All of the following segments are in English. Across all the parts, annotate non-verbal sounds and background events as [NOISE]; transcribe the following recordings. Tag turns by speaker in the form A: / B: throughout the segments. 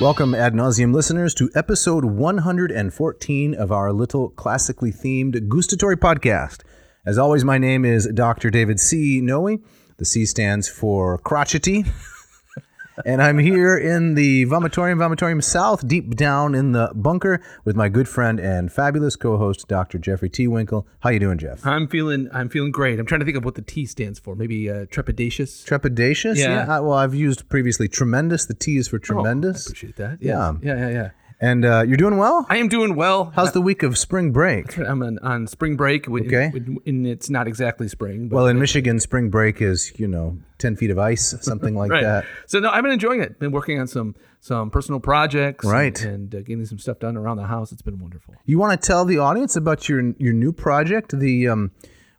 A: Welcome, ad nauseum listeners, to episode 114 of our little classically themed gustatory podcast. As always, my name is Dr. David C. Noe. The C stands for
B: [LAUGHS]
A: crotchety. and I'm here in the vomitorium, vomitorium south, deep down in the bunker, with my good friend and fabulous co-host, Dr. Jeffrey T. Winkle. How you doing, Jeff?
B: I'm feeling I'm feeling great. I'm trying to think of what the T stands for. Maybe uh, trepidatious.
A: Trepidatious?
B: Yeah. Oh,
A: I- well, I've used previously tremendous. The T is for
B: I
A: tremendous.
B: appreciate that.
A: Yeah.
B: Yeah. Yeah, yeah, yeah.
A: and uh, you're doing well.
B: I am doing well.
A: How's the week of spring break?
B: I'm on, on spring break. when-
A: Okay.
B: when- and it's not exactly spring. But,
A: Well, in Michigan, spring break is you know ten feet of ice, something like
B: [LAUGHS] right.
A: that.
B: So no, I've been enjoying it. Been working on some some personal projects.
A: Right.
B: And, uh, getting some stuff done around the house. It's been wonderful.
A: You want to tell the audience about your your new project? The um,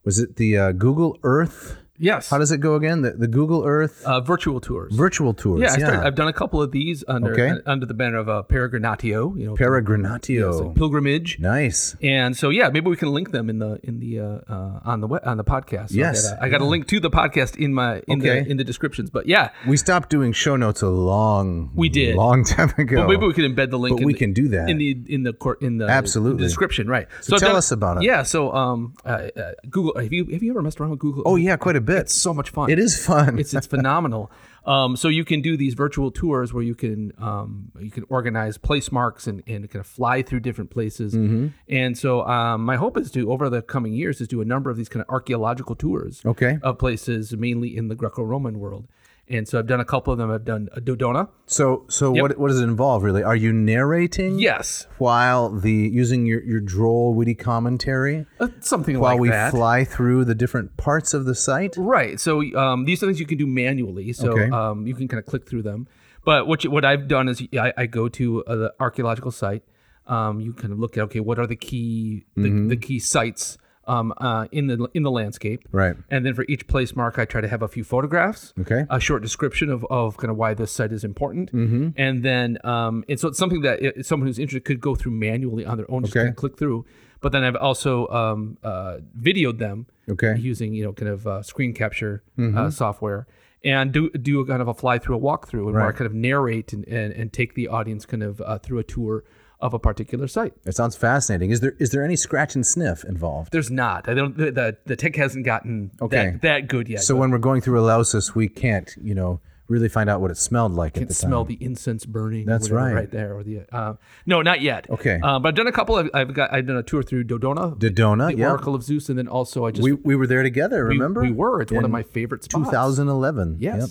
A: was it the uh, Google Earth?
B: Yes.
A: How does it go again? The the Google Earth
B: uh, virtual tours.
A: virtual tours.
B: yeah, I started, I've done a couple of these under
A: Okay.
B: uh, under the banner of uh, Peregrinatio. You know, it's
A: Peregrinatio.
B: like pilgrimage.
A: nice.
B: And so, yeah, maybe we can link them in the in the uh, uh, on the we- on the podcast. So
A: Yes.
B: I got, a, I got a link to the podcast in my in
A: Okay.
B: the in the descriptions. But yeah,
A: We stopped doing show notes a long
B: We did.
A: long time ago.
B: but maybe we can embed the link.
A: But
B: in
A: we
B: the-
A: can do that.
B: in the in the court in the
A: Absolutely.
B: description, right?
A: So
B: I've
A: tell
B: done-
A: us about it.
B: Yeah. So um, uh, uh, Google. Have you have you ever messed around with Google?
A: oh yeah, quite a bit.
B: it's so much fun.
A: it is fun.
B: it's it's phenomenal. Um, so you can do these virtual tours where you can um, you can organize place marks and, and kind of fly through different places.
A: Mm-hmm.
B: And so um, my hope is to over the coming years is do a number of these kind of archaeological tours
A: okay.
B: of places mainly in the Greco-Roman world. And so I've done a couple of them. I've done uh, Dodona.
A: So so what what does it involve really? Are you narrating?
B: Yes,
A: While the using your your droll witty commentary.
B: uh, something
A: while
B: like
A: we
B: that.
A: fly through the different parts of the site.
B: Right. So um, these are things you can do manually. So
A: Okay.
B: um, you can kind of click through them. But what you, what I've done is I, I go to uh, the archaeological site. Um, you kind of look at okay, what are the key the,
A: Mm-hmm.
B: the key sites um, uh, in the in the landscape.
A: Right.
B: And then for each place mark, I try to have a few photographs.
A: Okay.
B: A short description of, of kind of why this site is important. Mm-hmm. And then um, and so it's something that i- someone who's interested could go through manually on their own, just
A: Okay.
B: kind of click through. But then I've also um, uh, videoed them
A: Okay. Mm-hmm.
B: using you know kind of uh, screen capture uh, software and do do a kind of a fly through a walkthrough and where I kind of narrate and, and, and take the audience kind of uh, through a tour of a particular site.
A: That sounds fascinating. Is there is there any scratch and sniff involved?
B: There's not. I don't. The, the, the tech hasn't gotten
A: Okay.
B: that, that good yet.
A: So when we're going through Eleusis, we can't, you know, really find out what it smelled like at
B: can
A: the
B: smell
A: time.
B: the incense burning. or
A: That's
B: whatever
A: right.
B: right there. Or the uh, no, not yet.
A: Okay.
B: Uh, but I've done a couple. I've, I've got. I've done a tour through Dodona,
A: Dodona,
B: the
A: yeah.
B: Oracle of Zeus, and then also I just
A: We, we were there together,
B: we-
A: remember?
B: we were. It's one of
A: In
B: my favorite spots.
A: 2011.
B: Yes.
A: Yep.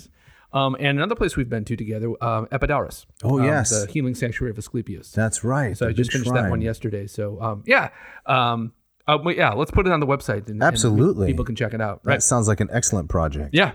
B: Um, and another place we've been to together, um, Epidaurus.
A: Oh,
B: um,
A: yes.
B: the healing sanctuary of Asclepius.
A: That's right.
B: so I
A: the
B: just
A: big
B: finished that
A: shrine.
B: one yesterday. So um, yeah, um, uh, but yeah, let's put it on the website. And, and
A: Absolutely.
B: people can check it out.
A: That
B: Right?
A: sounds like an excellent project.
B: Yeah.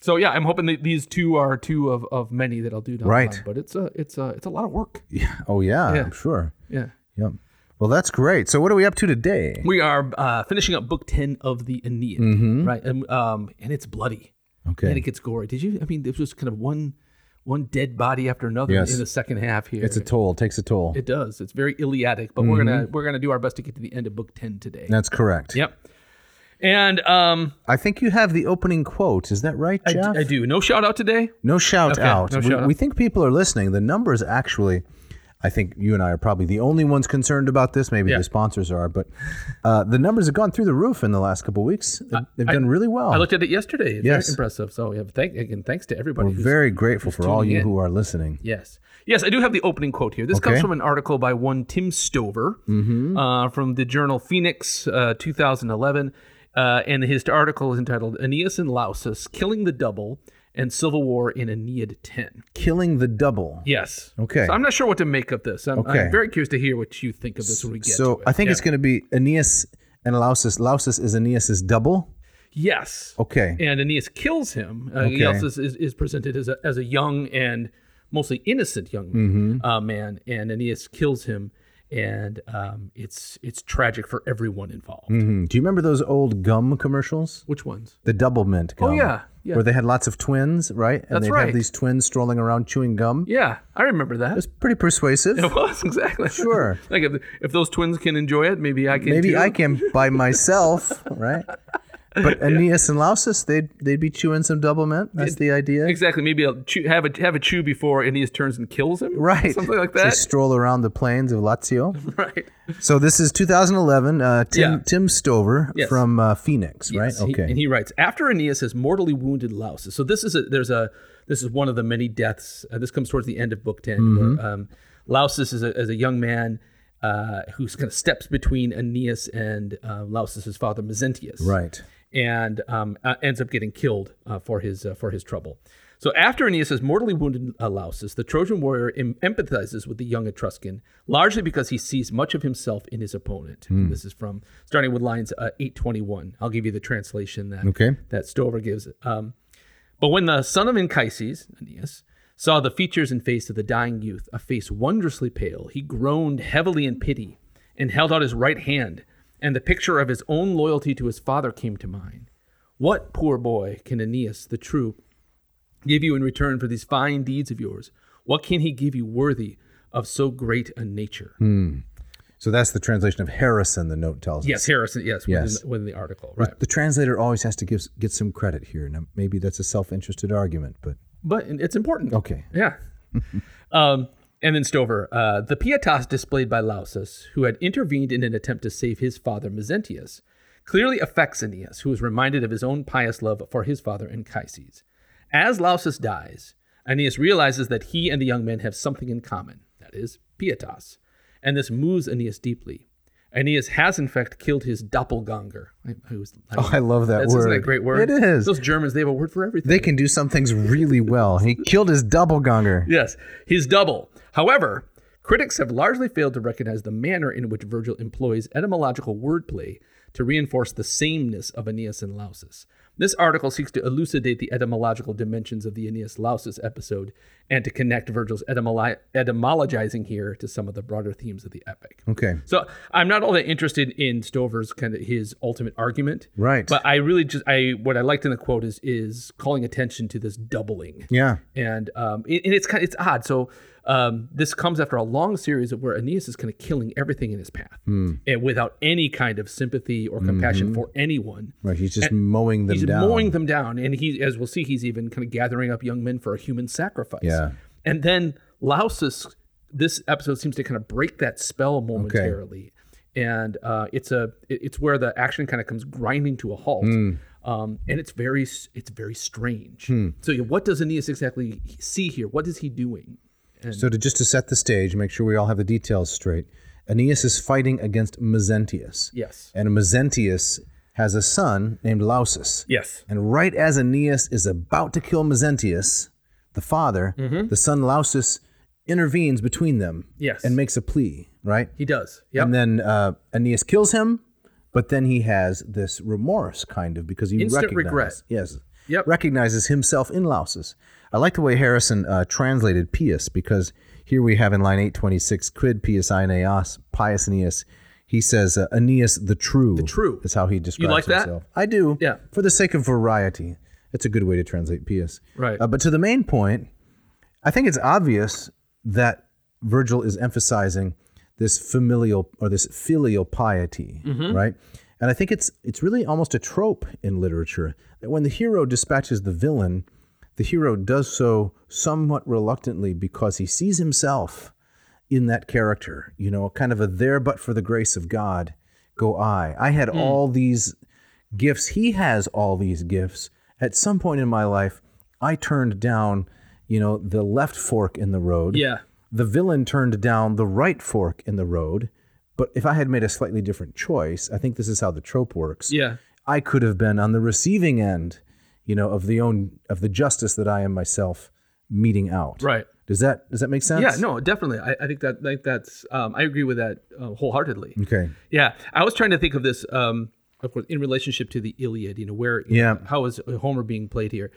B: So yeah, I'm hoping that these two are two of, of many that I'll do. Down the
A: Right.
B: line, But it's a it's a it's a lot of work.
A: Oh, yeah,
B: Yeah.
A: I'm sure.
B: Yeah.
A: Yep. Well, that's great. So what are we up to today?
B: We are uh, finishing up book ten of the Aeneid,
A: Mm-hmm.
B: right? And um, and it's bloody. And
A: Okay.
B: it gets gory. Did you? I mean, it was kind of one one dead body after another
A: Yes.
B: in the second half here.
A: It's a toll. Takes a toll.
B: It does. It's very Iliadic, but we're gonna
A: Mm-hmm.
B: we're gonna do our best to get to the end of book ten today.
A: that's correct.
B: Yep. And um,
A: I think you have the opening quote. Is that right,
B: I,
A: Jeff?
B: I do no shout out today.
A: No shout
B: Okay,
A: out.
B: no
A: we,
B: shout out.
A: we think people are listening. The numbers actually, I think you and I are probably the only ones concerned about this. Maybe
B: Yeah.
A: the sponsors are, but uh, the numbers have gone through the roof in the last couple of weeks. They've, they've done really well.
B: I looked at it yesterday. It's
A: Oh. Yes.
B: very impressive. So yeah, thank again, thanks to everybody.
A: We're
B: who's-
A: very grateful for all
B: tuning
A: you
B: in.
A: who are listening.
B: Yes. Yes, I do have the opening quote here. This
A: Okay. Mm-hmm.
B: comes from an article by one Tim Stover uh, from the journal Phoenix, uh, 2011. Uh, and his article is entitled Aeneas and Lausus Killing the Double and Civil War in Aeneid 10.
A: Killing the double.
B: Yes.
A: Okay.
B: So I'm not sure what to make of this. I'm,
A: Okay.
B: I'm very curious to hear what you think of this when we get
A: so
B: to it.
A: I think
B: Yeah.
A: it's going to be Aeneas and Lausus. Lausus is Aeneas's double.
B: Yes.
A: Okay.
B: And Aeneas kills him. Uh,
A: Okay.
B: He also is, is, is presented as a, as
A: Mm-hmm.
B: a young and mostly innocent young uh, man, and Aeneas kills him. and um, it's it's tragic for everyone involved.
A: Mhm. Do you remember those old gum commercials?
B: Which ones?
A: The double mint gum.
B: Oh yeah, yeah,
A: Where they had lots of twins, right? And
B: That's
A: they'd have
B: right.
A: these twins strolling around chewing gum.
B: yeah. I remember that.
A: It's pretty persuasive.
B: [LAUGHS] It was exactly
A: Sure.
B: [LAUGHS] like if, if those twins can enjoy it, maybe I can.
A: Maybe
B: too.
A: I can by myself, right?
B: [LAUGHS]
A: But Aeneas and Lausus, they'd they'd be chewing some double mint. That's the idea,
B: Exactly. Maybe I'll chew, have a have a chew before Aeneas turns and kills him.
A: right?
B: Something like
A: They
B: that.
A: stroll around the plains of Lazio.
B: [LAUGHS] right.
A: So this is 2011. Uh, Tim
B: Yeah.
A: Tim Stover
B: Yes.
A: from uh, Phoenix,
B: Yes,
A: right?
B: he-
A: Okay.
B: and he writes after Aeneas has mortally wounded Lausus. So this is a there's a this is one of the many deaths. Uh, this comes towards the end of book 10
A: Mm-hmm.
B: where um, Lausus is a, is a young man uh, who kind of steps between Aeneas and uh, Lausus's father Mezentius.
A: right.
B: and um, uh, ends up getting killed uh, for his uh, for his trouble. So after Aeneas has mortally wounded uh, Lausus, the Trojan warrior em- empathizes with the young Etruscan, largely because he sees much of himself in his opponent. This is from starting with lines uh, eight twenty one. I'll give you the translation that
A: Okay.
B: that Stover gives. Um, but when the son of Anchises, Aeneas, saw the features and face of the dying youth, a face wondrously pale, he groaned heavily in pity and held out his right hand, and the picture of his own loyalty to his father came to mind. What, poor boy, can Aeneas, the true, give you in return for these fine deeds of yours? What can he give you worthy of so great a nature?
A: Hmm. So that's the translation of Harrison. The note tells us.
B: Yes, Harrison, yes, within-
A: Yes.
B: Within, the article, right.
A: The translator always has to give get some credit here. Now maybe that's a self-interested argument, but
B: But it's important.
A: okay.
B: Yeah. [LAUGHS] um, and then Stover, uh, the pietas displayed by Lausus, who had intervened in an attempt to save his father Mezentius, clearly affects Aeneas, who is reminded of his own pious love for his father Anchises. As Lausus dies, Aeneas realizes that he and the young man have something in common, that is, pietas, and this moves Aeneas deeply. Aeneas has, in fact, killed his doppelganger. I, I was, I
A: Oh, I love that
B: that's,
A: word.
B: Isn't that a great word?
A: It is.
B: Those Germans, they have a word for everything.
A: They can do some things really well. He killed his double
B: [LAUGHS]
A: gonger.
B: Yes, his double. However, critics have largely failed to recognize the manner in which Virgil employs etymological wordplay to reinforce the sameness of Aeneas and Lausus. This article seeks to elucidate the etymological dimensions of the Aeneas Lausus episode and to connect Virgil's etymolo- etymologizing here to some of the broader themes of the epic.
A: Okay.
B: So I'm not all that interested in Stover's kind of his ultimate argument.
A: Right.
B: But I really just I what I liked in the quote is is calling attention to this doubling
A: yeah.
B: and um, it, and it's kind it's odd. So um, this comes after a long series of where Aeneas is kind of killing everything in his path, and without any kind of sympathy or compassion for anyone.
A: Right. He's just mowing them
B: He's
A: down.
B: mowing them down, and he, as we'll see, he's even kind of gathering up young men for a human sacrifice.
A: Yeah.
B: And then Lausus, this episode seems to kind of break that spell momentarily, and uh, it's a it- it's where the action kind of comes grinding to a halt.
A: Hmm.
B: Um, and it's very s- it's very strange. So yeah, what does Aeneas exactly see here? What is he doing?
A: So to just to set the stage, make sure we all have the details straight. Aeneas is fighting against Mezentius.
B: Yes.
A: And Mezentius has a son named Lausus.
B: Yes.
A: And right as Aeneas is about to kill Mezentius, the father, the son Lausus intervenes between them.
B: Mm-hmm. Yes.
A: And makes a plea, right?
B: He does. Yep.
A: And then uh, Aeneas kills him, but then he has this remorse, kind of, because he
B: Instant
A: recognizes, yes,
B: Yep.
A: recognizes himself in Lausus. I like the way Harrison uh, translated pious because here we have in line eight twenty six, quid pious Aeneas, pious Aeneas. He says uh, Aeneas the true. The
B: true.
A: is how he describes
B: like that?
A: himself. I do.
B: Yeah.
A: For the sake of variety, it's a good way to translate pious.
B: Right.
A: Uh, but to the main point, I think it's obvious that Virgil is emphasizing this familial or this filial piety, right? And I think it's it's really almost a trope in literature that when the hero dispatches the villain, the hero does so somewhat reluctantly because he sees himself in that character, you know, kind of a there but for the grace of God go I. I
B: Hmm.
A: had all these gifts. He has all these gifts. At some point in my life, I turned down, you know, the left fork in the road.
B: yeah.
A: The villain turned down the right fork in the road. But if I had made a slightly different choice, I think this is how the trope works.
B: Yeah.
A: I could have been on the receiving end, you know, of the own of the justice that I am myself meeting out.
B: Right.
A: Does that does that make sense?
B: Yeah. No. Definitely. I, I think that I think that's um, I agree with that uh, wholeheartedly.
A: Okay.
B: Yeah, I was trying to think of this, um, of course, in relationship to the Iliad. You know, where you
A: Yeah.
B: know, how is Homer being played here?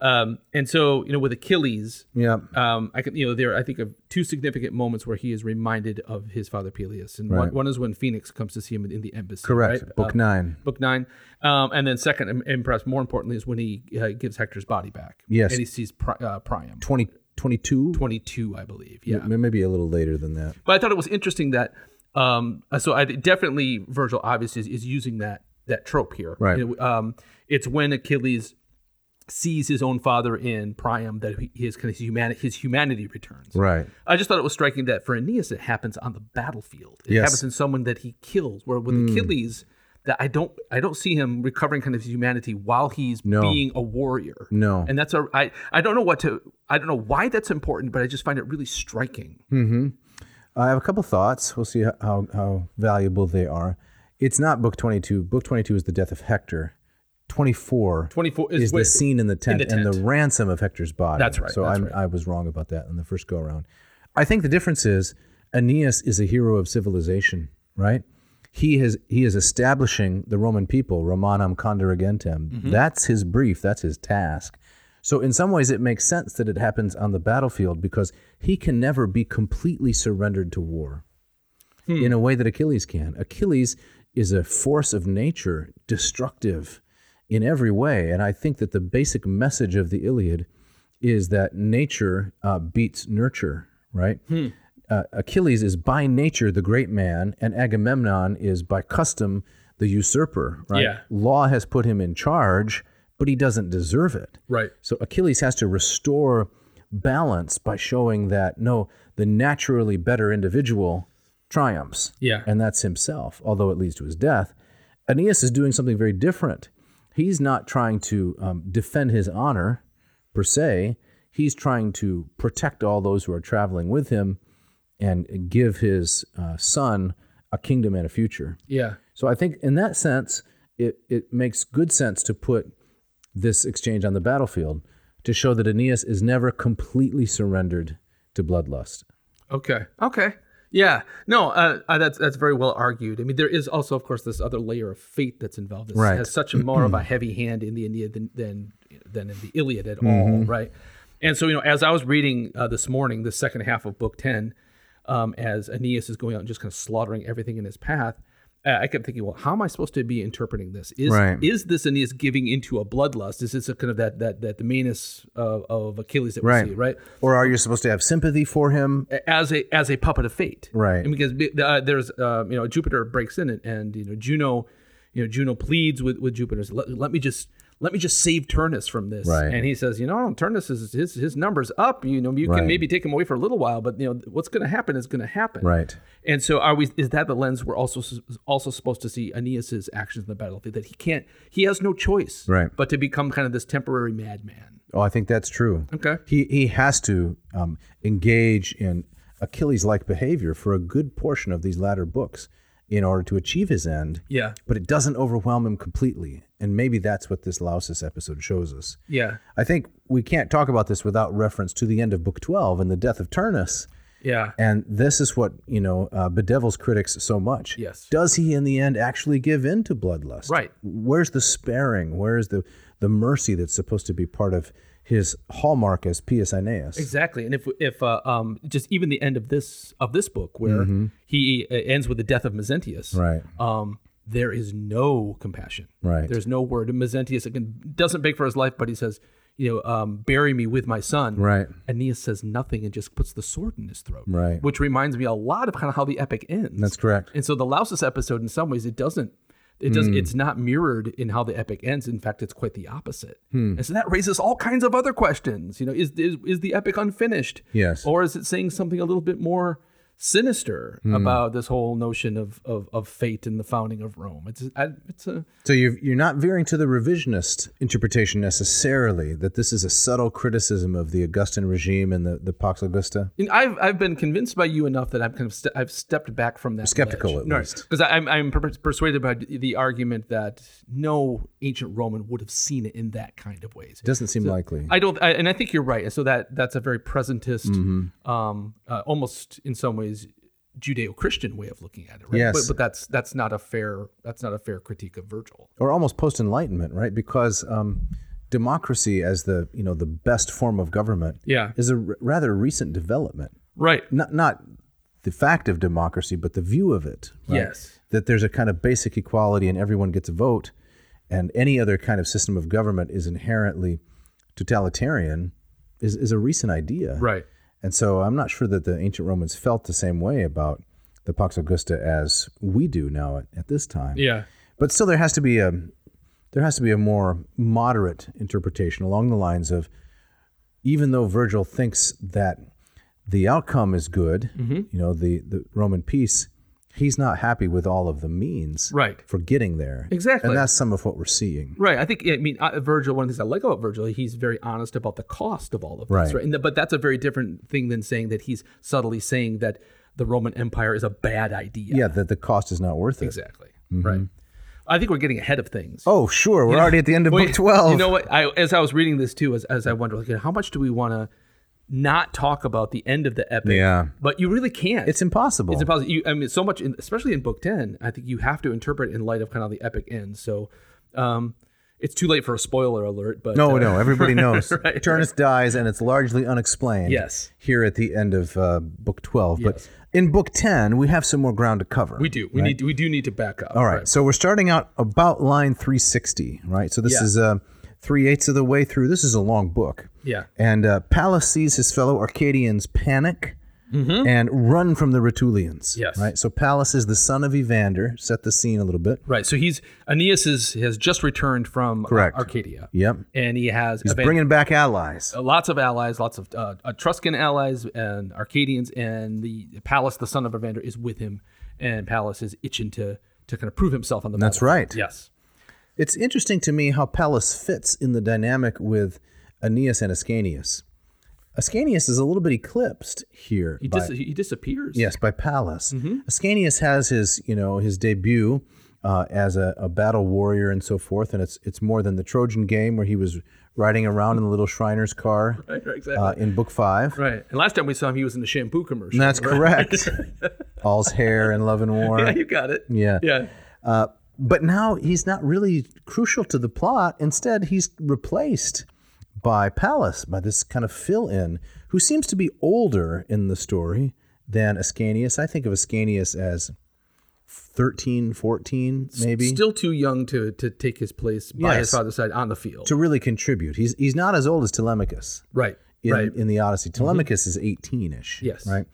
B: Um, and so, you know, with Achilles,
A: Yeah.
B: um, I can, you know, there I think of two significant moments where he is reminded of his father Peleus, and one,
A: Right.
B: one is when Phoenix comes to see him in, in the embassy.
A: Correct.
B: right?
A: Book
B: Uh,
A: nine.
B: book nine, um, and then second, and- and perhaps more importantly, is when he uh, gives Hector's body back.
A: Yes.
B: and he sees Pri- uh, Priam,
A: 20, 22?
B: twenty-two, I believe. Yeah,
A: M- Maybe a little later than that.
B: but I thought it was interesting that um, so I definitely Virgil obviously is, is using that that trope here.
A: Right.
B: It- um, it's when Achilles sees his own father in Priam that he- his kind of humanity his humanity returns.
A: Right.
B: I just thought it was striking that for Aeneas it happens on the battlefield. It
A: Yes. Mm.
B: happens in someone that he kills. Where with Achilles, that I don't I don't see him recovering kind of his humanity while he's
A: No.
B: being a warrior.
A: No.
B: And that's a I I don't know what to I don't know why that's important, but I just find it really striking.
A: Hmm. I have a couple thoughts. We'll see how, how, how valuable they are. It's not book 22. Book 22 is the death of Hector. 24
B: Twenty four
A: is the scene in the tent, and the
B: tent.
A: ransom of Hector's body.
B: That's right,
A: So
B: that's
A: I'm, I was wrong about that in the first go around. I think the difference is Aeneas is a hero of civilization, right? He has he is establishing the Roman people, Romanum condirigentem.
B: Mm-hmm.
A: That's his brief. That's his task. So in some ways, it makes sense that it happens on the battlefield because he can never be completely surrendered to war in a way that Achilles can. Achilles is a force of nature, destructive in every way. And I think that the basic message of the Iliad is that nature uh, beats nurture, right? Uh, Achilles is by nature the great man, and Agamemnon is by custom the usurper, right?
B: Yeah.
A: Law has put him in charge, but he doesn't deserve it.
B: Right.
A: So Achilles has to restore balance by showing that no, the naturally better individual triumphs.
B: Yeah.
A: And that's himself, although it leads to his death. Aeneas is doing something very different. He's not trying to um, defend his honor per se, he's trying to protect all those who are traveling with him and give his uh, son a kingdom and a future.
B: Yeah.
A: So I think in that sense, it, it makes good sense to put this exchange on the battlefield to show that Aeneas is never completely surrendered to bloodlust.
B: Okay. Okay. Yeah. No. Uh, uh, that's that's very well argued. I mean, there is also, of course, this other layer of fate that's involved. This
A: Right.
B: Has such a more of
A: [CLEARS THROAT]
B: a heavy hand in the India than than than in the Iliad at
A: Mm-hmm.
B: all. Right. And so you know, as I was reading uh, this morning, the second half of Book Ten, um, as Aeneas is going out and just kind of slaughtering everything in his path. Uh, I kept thinking, well, how am I supposed to be interpreting this? Is
A: Right.
B: is this Aeneas giving into a bloodlust? Is this a kind of that that that the meanness of, of Achilles that we
A: Right. Eh.
B: see, right?
A: Or are you supposed to have sympathy for him?
B: as a as a puppet of fate,
A: Right.
B: And because uh, there's uh, you know Jupiter breaks in and, and you know Juno, you know Juno pleads with with Jupiter, let, let me just let me just save Turnus from this,
A: Right.
B: and he says, you know, Turnus is his his numbers up. You know, you
A: Right.
B: can maybe take him away for a little while, but you know what's going to happen is going to happen,
A: Right.
B: And so are we? Is that the lens we're also also supposed to see Aeneas's actions in the battlefield? That he can't, he has no choice,
A: Right.
B: but to become kind of this temporary madman.
A: Oh, I think that's true.
B: Okay.
A: He, he has to um, engage in Achilles like behavior for a good portion of these latter books in order to achieve his end,
B: Yeah,
A: but it doesn't overwhelm him completely. And maybe that's what this Lausus episode shows us.
B: yeah,
A: I think we can't talk about this without reference to the end of Book 12 and the death of Turnus.
B: yeah.
A: And this is what, you know, uh, bedevils critics so much.
B: Yes.
A: Does he in the end actually give in to bloodlust?
B: Right.
A: Where's the sparing? Where's the, the mercy that's supposed to be part of his hallmark as Pius Aeneas?
B: Exactly, and if if uh, um, just even the end of this of this book where he uh, ends with the death of Mezentius,
A: Mm-hmm. Right.
B: Um, there is no compassion.
A: Right.
B: There's no word. And Mezentius again doesn't beg for his life, but he says, you know, um, bury me with my son.
A: Right.
B: Aeneas says nothing and just puts the sword in his throat.
A: Right.
B: Which reminds me a lot of kind of how the epic ends.
A: That's correct. Hmm.
B: And so the Lausus episode, in some ways, it doesn't. It does. It's not mirrored in how the epic ends. In fact, it's quite the opposite.
A: Hmm.
B: And so that raises all kinds of other questions. You know, is is, is the epic unfinished?
A: Yes.
B: Or is it saying something a little bit more sinister
A: Hmm.
B: about this whole notion of of, of fate and the founding of Rome? It's I, it's a
A: So you're, you're not veering to the revisionist interpretation necessarily, that this is a subtle criticism of the Augustan regime and the, the Pax Augusta?
B: And I've I've been convinced by you enough that I'm kind of st- I've stepped back from that.
A: Skeptical,
B: ledge.
A: at least.
B: because I'm I'm per- persuaded by the argument that no ancient Roman would have seen it in that kind of ways.
A: Doesn't seem likely.
B: I don't, I, and I think you're right. And so that that's a very presentist,
A: Mm-hmm.
B: um, uh, almost in some ways Judeo-Christian way of looking at it. Right?
A: Yes.
B: But, but that's that's not a fair that's not a fair critique of Virgil.
A: or almost post enlightenment, right? Because um, democracy as the you know the best form of government
B: Yeah.
A: is a r- rather recent development.
B: Right.
A: Not not the fact of democracy, but the view of it.
B: Yes.
A: that there's a kind of basic equality and everyone gets a vote, and any other kind of system of government is inherently totalitarian. Is, is a recent idea.
B: Right.
A: And so I'm not sure that the ancient Romans felt the same way about the Pax Augusta as we do now at, at this time.
B: Yeah.
A: But still, there has to be a there has to be a more moderate interpretation along the lines of even though Virgil thinks that the outcome is good,
B: Mm-hmm.
A: you know, the the Roman peace, he's not happy with all of the means
B: Right.
A: for getting there.
B: Exactly.
A: and that's some of what we're seeing.
B: Right. I think, I mean, uh, Virgil, one of the things I like about Virgil, he's very honest about the cost of all of
A: Right.
B: this. Right. And the, but that's a very different thing than saying that he's subtly saying that the Roman Empire is a bad idea.
A: Yeah, that the cost is not worth it.
B: Exactly. Right. I think we're getting ahead of things.
A: Oh, sure, we're already at the end of
B: Wait,
A: book twelve.
B: You know what? I, as I was reading this too, as, as I wonder, like, how much do we want to not talk about the end of the epic?
A: Yeah.
B: But you really can't.
A: it's impossible.
B: It's impossible. You, I mean, so much, in, especially in book ten, I think you have to interpret in light of kind of the epic end. So, um, it's too late for a spoiler alert, but
A: No,
B: [LAUGHS] uh,
A: no, everybody knows.
B: Right.
A: Turnus dies, and it's largely unexplained.
B: Yes.
A: Here at the end of uh, book 12. But in book 10, we have some more ground to cover.
B: we do. We need. We do need to back up.
A: All right. So we're starting out about line 360, right? So this
B: Yeah.
A: is uh, three eighths of the way through. This is a long book.
B: Yeah.
A: And uh, Pallas sees his fellow Arcadians panic and run from the Rutulians.
B: Mm-hmm. Yes.
A: Right. So Pallas is the son of Evander. Set the scene a little bit.
B: Right. So he's Aeneas is, has just returned from uh,
A: Correct.
B: Arcadia.
A: Yep.
B: And he has
A: He's
B: aban-
A: bringing back allies.
B: uh, lots of allies, lots of uh, Etruscan allies and Arcadians, and the Pallas, the son of Evander, is with him, and Pallas is itching to to kind of prove himself on the.
A: That's
B: battlefield.
A: right.
B: Yes.
A: It's interesting to me how Pallas fits in the dynamic with Aeneas and Ascanius. Ascanius is a little bit eclipsed here.
B: He Mm-hmm.
A: by,
B: dis- he disappears.
A: yes, by Pallas. Ascanius has his, you know, his debut uh, as a, a battle warrior and so forth, and it's it's more than the Trojan game where he was riding around in the little Shriner's car
B: [LAUGHS] Right, right, [LAUGHS] exactly.
A: uh, in Book Five.
B: right. And last time we saw him, he was in the shampoo commercial.
A: That's
B: right? [LAUGHS]
A: correct. All's hair and love and war.
B: Yeah, [LAUGHS] you got it.
A: Yeah.
B: Yeah.
A: but now he's not really crucial to the plot. Instead, he's replaced by Pallas, by this kind of fill in, who seems to be older in the story than Ascanius. I think of Ascanius as 13, 14, maybe,
B: Still too young to to take his place by
A: Yes.
B: his father's side on the field.
A: to really contribute. He's, he's not as old as Telemachus
B: right.
A: in,
B: right. Mm-hmm.
A: in the Odyssey. Telemachus is 18 ish.
B: Yes.
A: Right.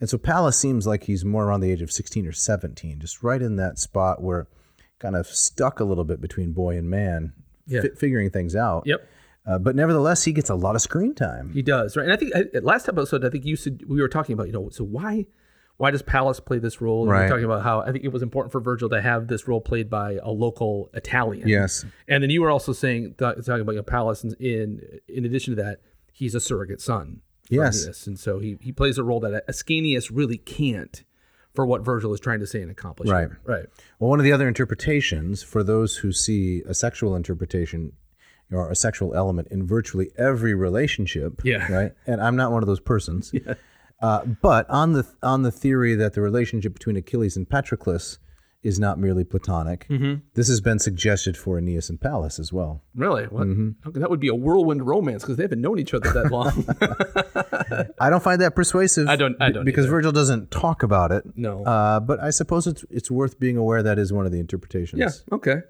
A: And so Pallas seems like he's more around the age of 16 or 17, just right in that spot where kind of stuck a little bit between boy and man,
B: Yeah.
A: fi- figuring things out.
B: Yep.
A: Uh, but nevertheless, he gets a lot of screen time.
B: He does, right? And I think I, last episode, I think you said we were talking about, you know, so why, why does Pallas play this role? And We
A: Right.
B: were talking about how I think it was important for Virgil to have this role played by a local Italian.
A: Yes.
B: And then you were also saying th- talking about you know, Pallas in, in in addition to that, he's a surrogate son. for
A: Yes.
B: Aeneas. And so he he plays a role that Ascanius really can't for what Virgil is trying to say and accomplish.
A: Right.
B: here. Right.
A: Well, one of the other interpretations for those who see a sexual interpretation or a sexual element in virtually every relationship,
B: Yeah.
A: right? And I'm not one of those persons. Uh, but on the on the theory that the relationship between Achilles and Patroclus is not merely platonic,
B: Mm-hmm.
A: this has been suggested for Aeneas and Pallas as well.
B: Really? What?
A: Mm-hmm.
B: Okay, that would be a whirlwind romance because they haven't known each other that [LAUGHS] long.
A: I don't find that persuasive.
B: I don't- I
A: be-
B: don't
A: because
B: either.
A: Virgil doesn't talk about it.
B: No.
A: Uh, but I suppose it's it's worth being aware that is one of the interpretations.
B: Yeah. Okay.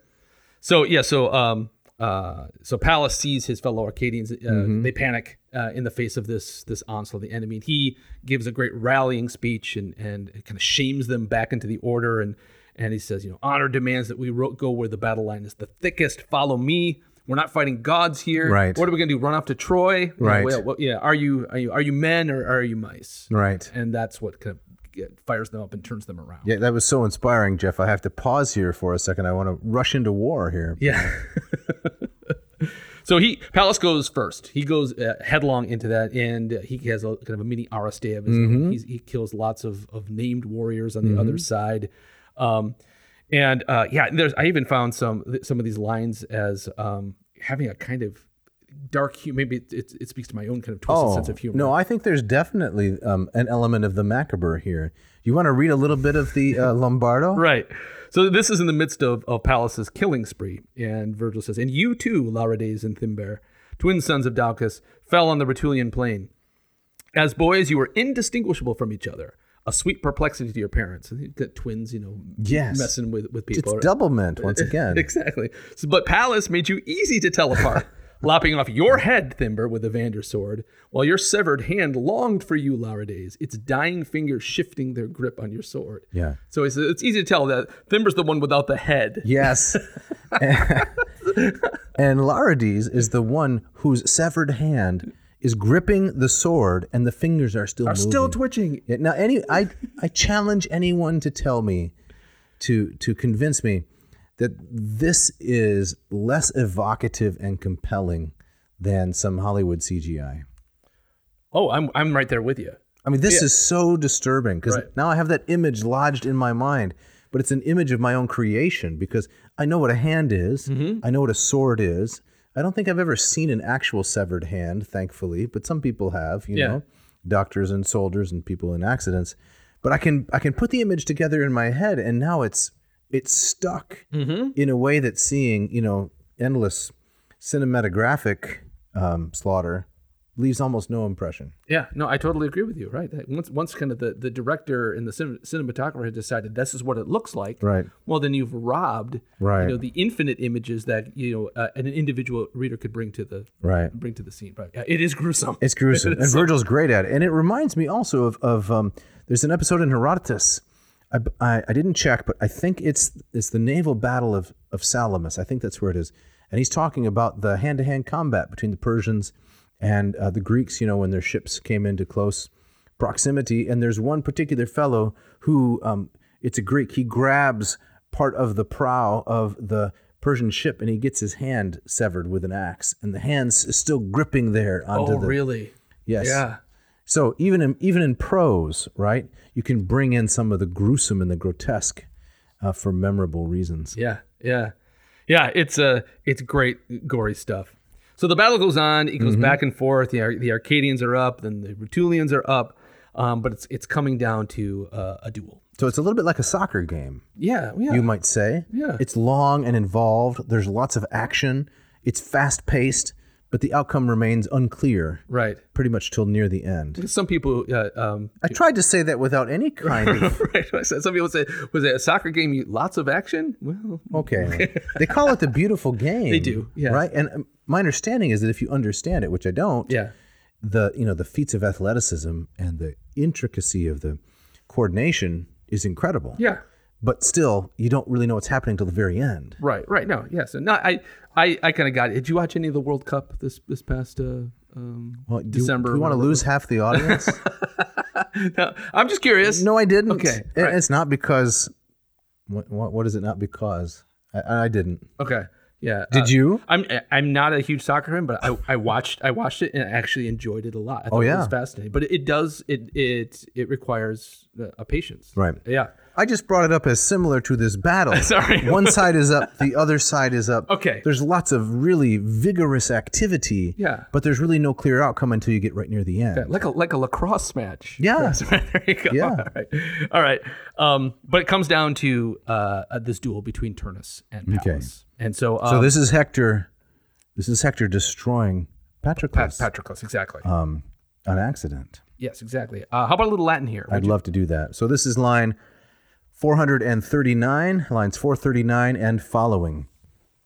B: So yeah. So um. Uh. So Pallas sees his fellow Arcadians. Uh,
A: Mm-hmm.
B: They panic uh, in the face of this this onslaught of the enemy. And he gives a great rallying speech and and kind of shames them back into the order. And and he says, you know, honor demands that we ro- go where the battle line is the thickest. Follow me. We're not fighting gods here.
A: Right.
B: What are we gonna do? Run off to Troy? You know,
A: Right.
B: well, well, yeah. Are you are you are you men or are you mice?
A: Right.
B: And that's what kind of get- fires them up and turns them around.
A: Yeah, that was so inspiring, Jeff. I have to pause here for a second. I want to rush into war here.
B: Yeah. [LAUGHS] so he Pallas goes first. He goes uh, headlong into that, and uh, he has a kind of a mini Aristea of his own. He's, he kills lots of of named warriors on the other side. Um, and uh, yeah, there's I even found some some of these lines as um, having a kind of dark humor. Maybe it, it, it speaks to my own kind of twisted sense of humor.
A: Oh, No, I think there's definitely um, an element of the macabre here. You want to read a little bit of the
B: [LAUGHS]
A: uh, Lombardo?
B: Right. So this is in the midst of, of Pallas's killing spree. And Virgil says, And you too, Laurides and Thimber, twin sons of Daucus, fell on the Rutulian plain. As boys, you were indistinguishable from each other, a sweet perplexity to your parents. And you've got twins, you know,
A: Yes.
B: messing with, with people.
A: It's double meant once again.
B: [LAUGHS] Exactly. So, but Pallas made you easy to
A: [LAUGHS]
B: tell apart, lopping off your head, Thimber, with a Vander sword, while your severed hand longed for you, Laurides, its dying fingers shifting their grip on your sword.
A: Yeah.
B: So it's, it's easy to tell that Thimber's the one without the head. [LAUGHS]
A: Yes. [LAUGHS] and Laurides is the one whose severed hand is gripping the sword and the fingers are still moving.
B: Still twitching.
A: Yeah, now, any I I challenge anyone to tell me, to to convince me, that this is less evocative and compelling than some Hollywood CGI.
B: Oh, I'm, I'm right there with you.
A: I mean, this is so disturbing because
B: Right.
A: now I have that image lodged in my mind, but it's an image of my own creation because I know what a hand is,
B: Mm-hmm.
A: I know what a sword is. I don't think I've ever seen an actual severed hand, thankfully, but some people have, you
B: Yeah.
A: know, doctors and soldiers and people in accidents. But I can I can put the image together in my head, and now it's it's stuck
B: Mm-hmm.
A: in a way that seeing you know endless cinematographic um, slaughter leaves almost no impression.
B: Yeah, no, I totally agree with you. Right, That once once kind of the, the director and the cin- cinematographer had decided this is what it looks like.
A: Right.
B: Well, then you've robbed
A: Right.
B: you know the infinite images that you know uh, an individual reader could bring to the
A: Right.
B: bring to the scene. Right. Yeah, it is gruesome.
A: It's gruesome, and Virgil's great at it. And it reminds me also of of um, there's an episode in Herodotus. I, I, I didn't check, but I think it's it's the naval battle of of Salamis. I think that's where it is. And he's talking about the hand to hand combat between the Persians and uh, the Greeks. You know, when their ships came into close proximity. And there's one particular fellow who um, it's a Greek. He grabs part of the prow of the Persian ship and he gets his hand severed with an axe, and the hand's is still gripping there onto
B: oh,
A: the
B: really?
A: Yes.
B: Yeah.
A: So even in, even in prose, right, you can bring in some of the gruesome and the grotesque uh, for memorable reasons.
B: Yeah, yeah, yeah. It's uh, it's great gory stuff. So the battle goes on. It goes
A: Mm-hmm.
B: back and forth. The, Ar- the Arcadians are up, then the Rutulians are up, um, but it's it's coming down to uh, a duel.
A: So it's a little bit like a soccer game,
B: Yeah, yeah.
A: you might say.
B: Yeah.
A: It's long and involved. There's lots of action. It's fast paced, but the outcome remains unclear
B: right.
A: pretty much till near the end.
B: Some people, uh, um, [LAUGHS]
A: I tried to say that without any kind of.
B: right? Some people say, was it a soccer game? You, lots of action. Well,
A: Oh. Okay.
B: [LAUGHS]
A: They call it the beautiful game. They
B: do, yes.
A: Right? And um, my understanding is that if you understand it, which I don't,
B: yeah,
A: the you know the feats of athleticism and the intricacy of the coordination is incredible.
B: yeah.
A: But still, you don't really know what's happening till the very end.
B: Right, right. No, yeah. So not I, I, I kind of got it. Did you watch any of the World Cup this this past? Uh, um,
A: Well, do you-
B: December,
A: Do you want to
B: whatever.
A: lose half the
B: [LAUGHS]
A: audience?
B: I'm just curious.
A: no, I didn't.
B: Okay,
A: It-
B: right.
A: It's not because. What, what, what is it not because? I, I didn't.
B: Okay. Yeah.
A: Did
B: uh,
A: you?
B: I'm I'm not a huge soccer fan, but I, I watched I watched it and I actually enjoyed it a lot. I thought it
A: Oh, yeah.
B: was fascinating. But it, it does it it it requires uh, a patience.
A: Right.
B: Yeah.
A: I just brought it up as similar to this battle.
B: [LAUGHS] Sorry.
A: [LAUGHS] One side is up, the other side is up.
B: Okay.
A: There's lots of really vigorous activity.
B: Yeah.
A: But there's really no clear outcome until you get right near the end.
B: Like a like a lacrosse match.
A: Yeah.
B: Yes, right, [LAUGHS] there you go.
A: Yeah.
B: All right. All right. Um, but it comes down to uh, uh, this duel between Turnus and Pallas. And so, um,
A: So this is Hector. This is Hector destroying Patroclus um,
B: Patroclus, exactly.
A: Uh, on accident.
B: yes, exactly. Uh, how about a little Latin here?
A: I'd love to do that. So this is line 439, lines 439 and following.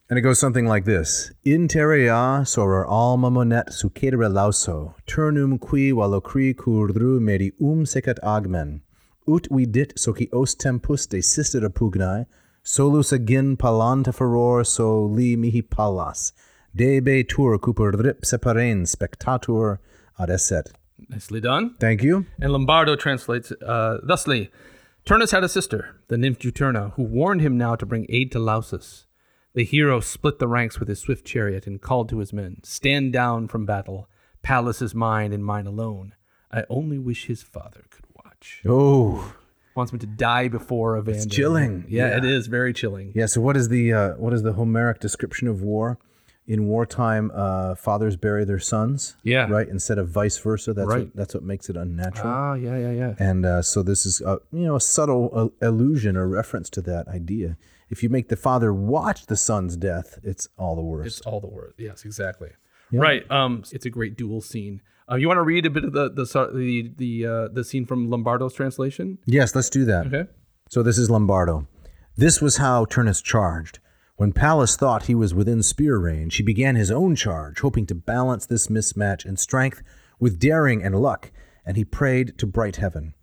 A: And it goes something like this In terrea soror alma monet sucedere lauso, turnum qui valocri curru meri um secat agmen, ut vidit socios tempus de sistera pugnae, solus agin palanta feror soli mihi palas, debe tur cuperrip separens spectator ad esset.
B: Nicely done.
A: Thank you.
B: And Lombardo translates uh, thusly Turnus had a sister, the nymph Juturna, who warned him now to bring aid to Lausus. The hero split the ranks with his swift chariot and called to his men Stand down from battle. Pallas is mine and mine alone. I only wish his father could watch.
A: Oh.
B: Wants me to die before Evander.
A: chilling.
B: Yeah, it is very chilling.
A: Yeah. So what is the uh, what is the Homeric description of war? in wartime, uh, fathers bury their sons.
B: Yeah.
A: Right. Instead of vice versa. That's
B: Right.
A: What, that's what makes it unnatural.
B: Ah, yeah, yeah, yeah.
A: And uh, so this is a, you know a subtle uh, allusion or reference to that idea. If you make the father watch the son's death, it's all the worst.
B: It's all the words. Yes, exactly. Right. Um, it's a great duel scene. Uh, you want to read a bit of the the so- the the, uh, the scene from Lombardo's translation?
A: yes, let's do that.
B: Okay.
A: So this is Lombardo. This was how Turnus charged. When Pallas thought he was within spear range, he began his own charge, hoping to balance this mismatch in strength with daring and luck, and he prayed to bright heaven.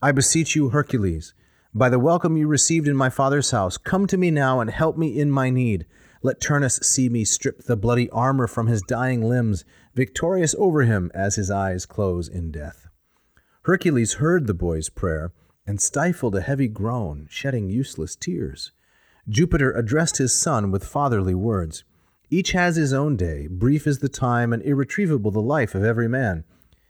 A: I beseech you, Hercules, by the welcome you received in my father's house, come to me now and help me in my need. Let Turnus see me strip the bloody armor from his dying limbs, victorious over him as his eyes close in death. Hercules heard the boy's prayer and stifled a heavy groan, shedding useless tears. Jupiter addressed his son with fatherly words. Each has his own day, brief is the time, and irretrievable the life of every man.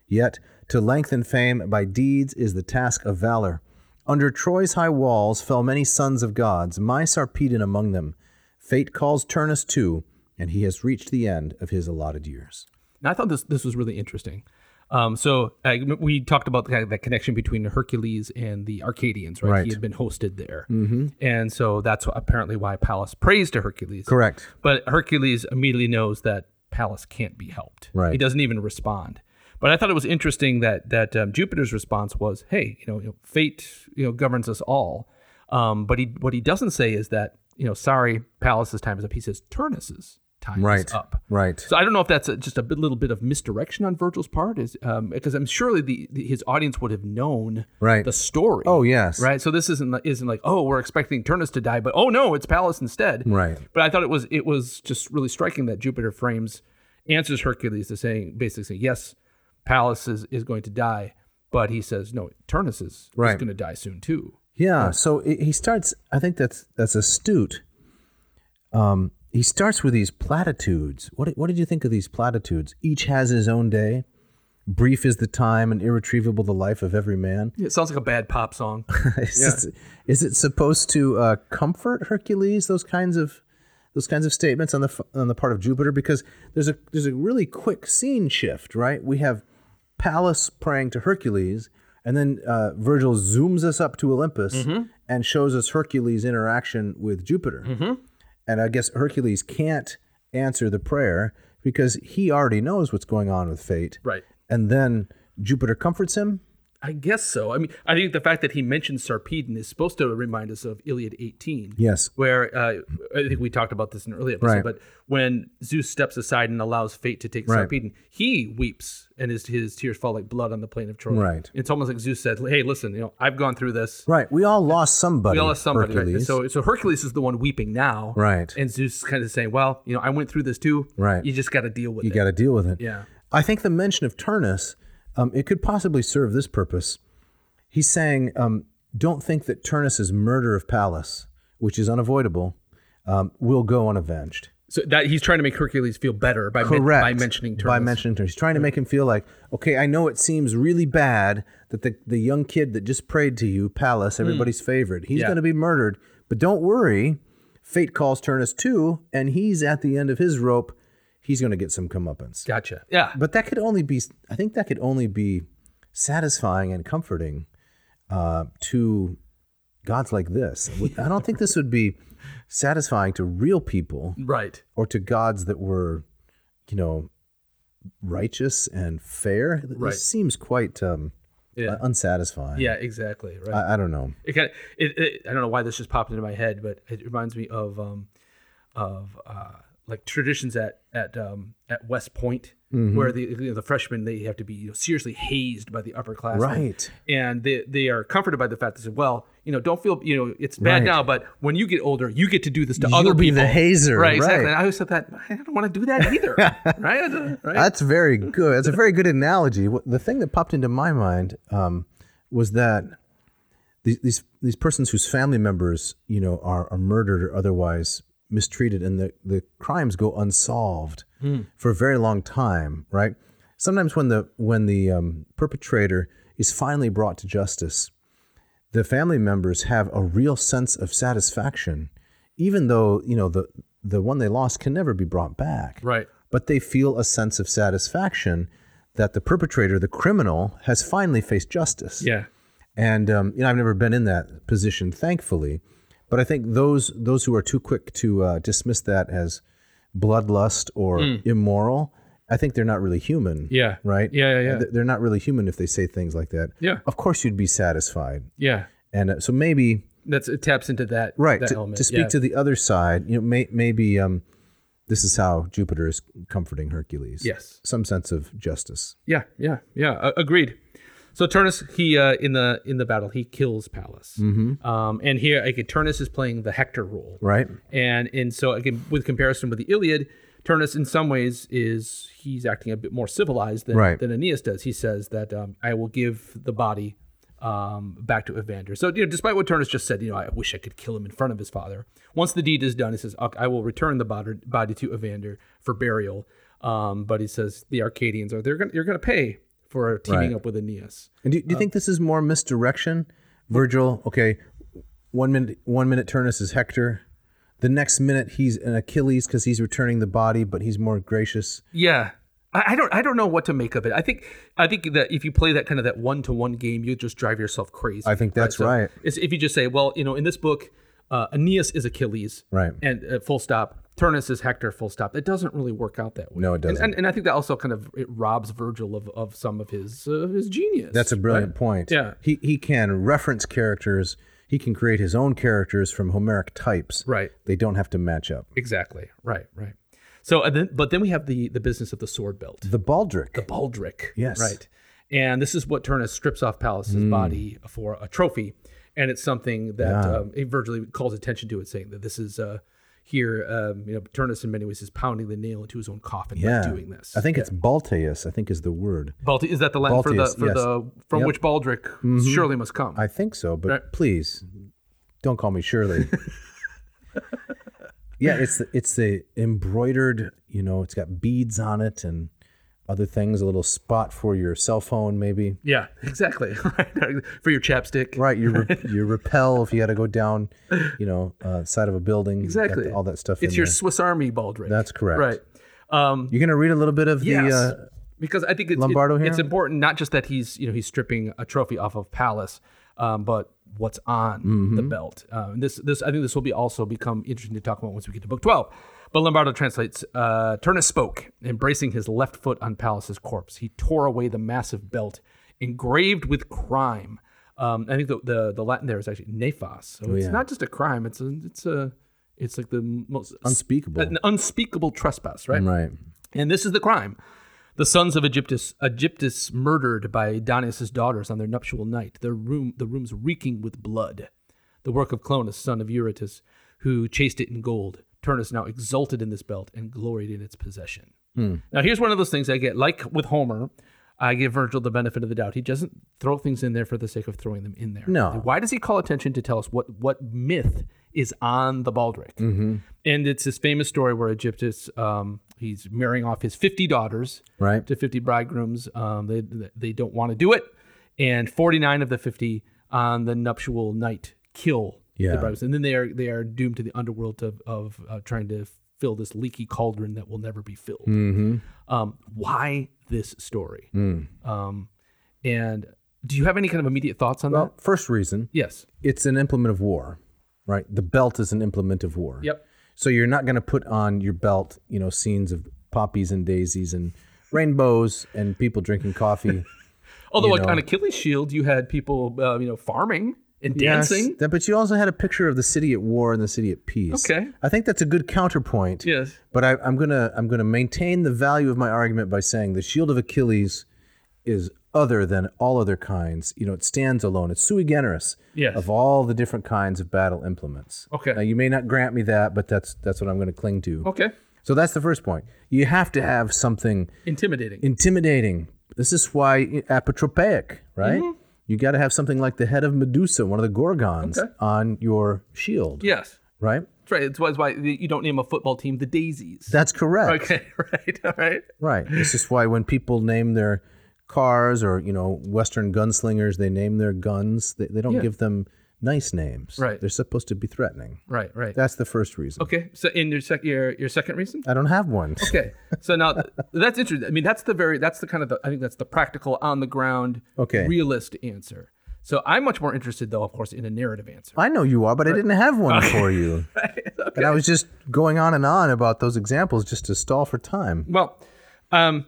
A: Yet, to lengthen fame by deeds is the task of valor. Under Troy's high walls fell many sons of gods, my Sarpedon among them. Fate calls Turnus too, and he has reached the end of his allotted years.
B: Now, I thought this this was really interesting. Um, so uh, we talked about the, kind of that connection between Hercules and the Arcadians, right?
A: Right.
B: He had been hosted there, mm-hmm. and so that's apparently why Pallas prays to Hercules.
A: Correct.
B: But Hercules immediately knows that Pallas can't be helped.
A: Right.
B: He doesn't even respond. But I thought it was interesting that that um, Jupiter's response was, "Hey, you know, you know, fate, you know, governs us all." Um, but he what he doesn't say is that you know, sorry, Pallas's time is up. He says Turnus's time
A: Right.
B: is up.
A: Right.
B: So I don't know if that's a, just a bit, little bit of misdirection on Virgil's part, is um, because I'm surely the, the his audience would have known
A: Right.
B: the story.
A: Oh, yes.
B: right. So this isn't isn't like oh we're expecting Turnus to die, but oh no, it's Pallas instead.
A: Right.
B: But I thought it was it was just really striking that Jupiter frames answers Hercules to saying basically saying yes, Pallas is, is going to die, but he says no, Turnus is, is
A: Right.
B: going to die soon too.
A: Yeah. So i he starts. I think that's that's astute. Um, he starts with these platitudes. What what did you think of these platitudes? Each has his own day. Brief is the time, and irretrievable the life of every man.
B: It sounds like a bad pop song.
A: is, it, is it supposed to uh, comfort Hercules? Those kinds of those kinds of statements on the f- on the part of Jupiter, because there's a there's a really quick scene shift, right? We have Pallas praying to Hercules, and then uh, Virgil zooms us up to Olympus and shows us Hercules' interaction with Jupiter. And I guess Hercules can't answer the prayer because he already knows what's going on with fate.
B: [LAUGHS] Right.
A: And then Jupiter comforts him.
B: I guess so. I mean, I think the fact that he mentioned Sarpedon is supposed to remind us of Iliad 18.
A: Yes.
B: Where uh, I think we talked about this in an earlier episode,
A: Right.
B: but when Zeus steps aside and allows fate to take
A: Right.
B: Sarpedon, he weeps and his, his tears fall like blood on the plain of Troy.
A: Right.
B: It's almost like Zeus said, "Hey, listen, you know, I've gone through this.
A: Right. We all lost somebody.
B: We all lost somebody. Right? And
A: Hercules.
B: So, so Hercules is the one weeping now.
A: Right.
B: And Zeus is kind of saying, "Well, you know, I went through this too.
A: Right.
B: You just got to deal with
A: you
B: it.
A: got to deal with it.
B: yeah.
A: I think the mention of Turnus, um, it could possibly serve this purpose. He's saying, um, don't think that Turnus's murder of Pallas, which is unavoidable, um, will go unavenged.
B: So that he's trying to make Hercules feel better by men-
A: Correct.
B: by mentioning Turnus.
A: By mentioning Turnus. He's trying to make him feel like, okay, I know it seems really bad that the, the young kid that just prayed to you, Pallas, everybody's favorite, he's
B: Hmm. Yeah.
A: going to be murdered. But don't worry, fate calls Turnus too, and he's at the end of his rope. He's going to get some comeuppance.
B: Gotcha. Yeah.
A: But that could only be, I think that could only be satisfying and comforting uh, to gods like this. I don't think this would be satisfying to real people
B: Right.
A: or to gods that were, you know, righteous and fair.
B: Right.
A: This seems quite um,
B: Yeah.
A: unsatisfying.
B: Yeah, exactly. Right.
A: I, I don't know.
B: it kind of, it, it, I don't know why this just popped into my head, but it reminds me of um, of uh, like traditions at at um, at West Point,
A: Mm-hmm.
B: where the you know, the freshmen they have to be you know, seriously hazed by the upperclassmen,
A: Right.
B: And they they are comforted by the fact that say, well, you know, don't feel you know it's bad
A: Right.
B: now, but when you get older, you get to do this to
A: You'll
B: other
A: be
B: people.
A: the hazer,
B: right? Exactly.
A: right.
B: And I always thought that I don't want to do
A: [LAUGHS]
B: that either, right? I don't- right?
A: That's very good. That's a very good analogy. What- The thing that popped into my mind um, was that these, these these persons whose family members you know are, are murdered or otherwise mistreated, and the, the crimes go unsolved for a very long time, right? Sometimes when the when the um, perpetrator is finally brought to justice, the family members have a real sense of satisfaction, even though you know the the one they lost can never be brought back.
B: Right.
A: But they feel a sense of satisfaction that the perpetrator, the criminal, has finally faced justice.
B: Yeah.
A: And um, you know, I've never been in that position, thankfully. But I think those those who are too quick to uh, dismiss that as bloodlust or immoral, I think they're not really human.
B: Mm. Yeah.
A: Right.
B: Yeah, yeah, yeah.
A: They're not really human if they say things like that.
B: Yeah.
A: Of course, you'd be satisfied,
B: Yeah.
A: and uh, so maybe
B: That's it taps into that
A: right
B: that
A: to,
B: element.
A: to speak
B: yeah.
A: to the other side you know may, maybe um this is how jupiter is comforting hercules
B: Yes.
A: some sense of justice
B: Yeah, yeah, yeah. Uh, agreed. So Turnus, he uh, in the in the battle, he kills Pallas. Mm-hmm. Um, and here again, Turnus is playing the Hector role,
A: right
B: and and so again, with comparison with the Iliad, Turnus in some ways is he's acting a bit more civilized than
A: Right.
B: than Aeneas does. He says that um, I will give the body um, back to Evander. So you know, despite what Turnus just said, you know, I wish I could kill him in front of his father. Once the deed is done, he says, "Okay, I will return the bod- body to Evander for burial. Um, but he says the Arcadians are they're gonna you're gonna pay for teaming
A: Right.
B: up with Aeneas.
A: and do, do you think this is more misdirection virgil okay one minute one minute turnus is hector the next minute he's an achilles because he's returning the body but he's more gracious
B: Yeah. I I don't. I don't know what to make of it. I think. I think that if you play that kind of that one to one game, you just drive yourself crazy.
A: I think that's
B: So
A: right.
B: It's if you just say, well, you know, in this book, uh, Aeneas is Achilles,
A: Right.
B: and uh, full stop. Turnus is Hector, full stop. It doesn't really work out that way.
A: No, it
B: And-
A: doesn't.
B: And, and I think that also kind of it robs Virgil of, of some of his uh, his genius.
A: That's a brilliant point.
B: Yeah.
A: He he can reference characters. He can create his own characters from Homeric types.
B: right.
A: They don't have to match up.
B: Exactly. Right. Right. So and then, but then we have the the business of the sword belt.
A: The baldric.
B: the baldric.
A: Yes. Mm.
B: Right. And this is what Turnus strips off Pallas's body for a trophy. And it's something that um, it virtually calls attention to it, saying that this is uh, here, um, you know, Turnus in many ways is pounding the nail into his own coffin
A: yeah.
B: by doing this.
A: I think it's Balteus, I think is the word.
B: Balti- is that the Latin for the
A: Baltius,
B: for
A: yes.
B: the from
A: Yep. Mm-hmm.
B: which Baldric surely must come?
A: I think so, but
B: Right.
A: please don't call me
B: [LAUGHS]
A: Shirley. yeah, it's the, it's the embroidered, you know, it's got beads on it and other things, a little spot for your cell phone maybe.
B: yeah, exactly. [LAUGHS] Right. for your chapstick.
A: Right, your
B: [LAUGHS]
A: re- your rappel if you had to go down, you know, uh, side of a building. you've got
B: Exactly.
A: all that stuff.
B: It's
A: in
B: your
A: there.
B: Swiss Army Baldric.
A: That's correct.
B: Right. Um,
A: You're gonna read a little bit of
B: Yes.
A: the. Uh,
B: because I think it's,
A: Lombardo
B: it-
A: here?
B: it's important not just that he's you know he's stripping a trophy off of Palace, um, but what's on the
A: Mm-hmm.
B: belt. Um, and this this I think this will be also become interesting to talk about once we get to book twelve. But Lombardo translates. Uh, Turnus spoke, embracing his left foot on Pallas's corpse. He tore away the massive belt engraved with crime. Um, I think the, the the Latin there is actually nephas. So it's
A: Oh, yeah.
B: not just a crime. It's a it's a it's like the most
A: Unspeakable.
B: an unspeakable trespass, right?
A: right.
B: And this is the crime. The sons of Aegyptus, Aegyptus murdered by Dionysus' daughters on their nuptial night, their room, the rooms reeking with blood. The work of Clonus, son of Eurytus, who chased it in gold. Turnus now exulted in this belt and gloried in its possession. Now, here's one of those things I get, like with Homer, I give Virgil the benefit of the doubt. He doesn't throw things in there for the sake of throwing them in there.
A: No.
B: Why does he call attention to tell us what, what myth is on the baldric? And it's this famous story where Aegyptus, um, he's marrying off his 50 daughters
A: Right.
B: to 50 bridegrooms. Um, they, they don't want to do it. And 49 of the 50 on the nuptial night kill
A: Yeah.
B: the bridegrooms. And then they are, they are doomed to the underworld of, of uh, trying to fill this leaky cauldron that will never be filled.
A: Mm-hmm.
B: Um, why this story?
A: Hmm.
B: Um, and do you have any kind of immediate thoughts on that?
A: Well, first reason,
B: Yes.
A: it's an implement of war, right? The belt is an implement of war.
B: Yep.
A: So you're not gonna put on your belt, you know, scenes of poppies and daisies and rainbows and people drinking
B: [LAUGHS]
A: coffee.
B: Although
A: know.
B: like, on Achilles' shield, you had people, uh, you know, farming and dancing.
A: Yes. But you also had a picture of the city at war and the city at peace.
B: Okay.
A: I think that's a good counterpoint.
B: Yes.
A: But I, I'm gonna I'm gonna maintain the value of my argument by saying the shield of Achilles is other than all other kinds. You know, it stands alone. It's sui generis
B: Yes.
A: of all the different kinds of battle implements.
B: Okay.
A: Now you may not grant me that, but that's that's what I'm gonna cling to.
B: Okay.
A: So that's the first point. You have to have something
B: Intimidating.
A: intimidating. This is why apotropaic, right?
B: Mm-hmm.
A: You got to have something like the head of Medusa, one of the Gorgons,
B: Okay.
A: on your shield,
B: yes.
A: right?
B: That's right. That's why, that's why you don't name a football team the Daisies.
A: That's correct.
B: [LAUGHS] okay. Right. All right.
A: Right. This is why when people name their cars or you know Western gunslingers, they name their guns. They, they don't give them nice names.
B: Right.
A: They're supposed to be threatening.
B: Right, right.
A: That's the first reason.
B: okay. So in your sec your your second reason?
A: I don't have one.
B: Okay. So now th- [LAUGHS] that's interesting. I mean, that's the very that's the kind of the I think that's the practical on the ground
A: Okay.
B: realist answer. So I'm much more interested though, of course, in a narrative answer.
A: I know you are, but I didn't have one for
B: [LAUGHS]
A: you. And I was just going on and on about those examples just to stall for time.
B: Well, um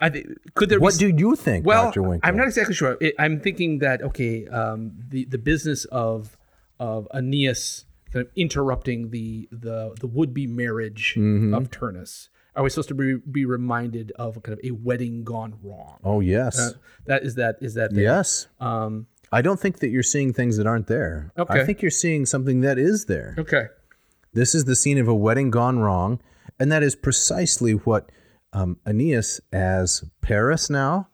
B: I think could there
A: What
B: be
A: do you think,
B: well,
A: Dr. Winkler?
B: I'm not exactly sure. It, I'm thinking that okay, um, the the business of of Aeneas kind of interrupting the the the would be marriage
A: Mm-hmm.
B: of Turnus. Are we supposed to be be reminded of kind of a wedding gone wrong?
A: Oh, yes.
B: Uh, That is that is that the,
A: yes.
B: um
A: I don't think that you're seeing things that aren't there. I
B: Okay.
A: think you're seeing something that is there.
B: okay
A: This is the scene of a wedding gone wrong, and that is precisely what um, Aeneas as Paris now,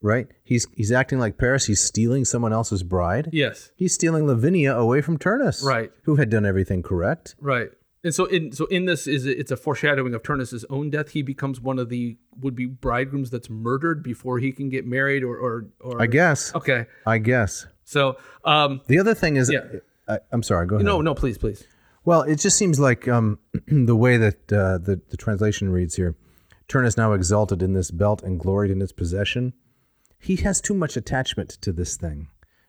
A: right? He's he's acting like Paris. He's stealing someone else's bride.
B: yes
A: He's stealing Lavinia away from Turnus,
B: Right.
A: Who had done everything correct.
B: right. And so in so in this is it's a foreshadowing of Turnus's own death. He becomes one of the would be bridegrooms that's murdered before he can get married or or or
A: I guess.
B: okay.
A: I guess.
B: So um
A: The other thing is,
B: Yeah.
A: I, I'm sorry. Go ahead.
B: no no please please.
A: Well, it just seems like um, [CLEARS THROAT] the way that uh, the, the translation reads here Turnus now exalted in this belt and gloried in its possession. He has too much attachment to this thing.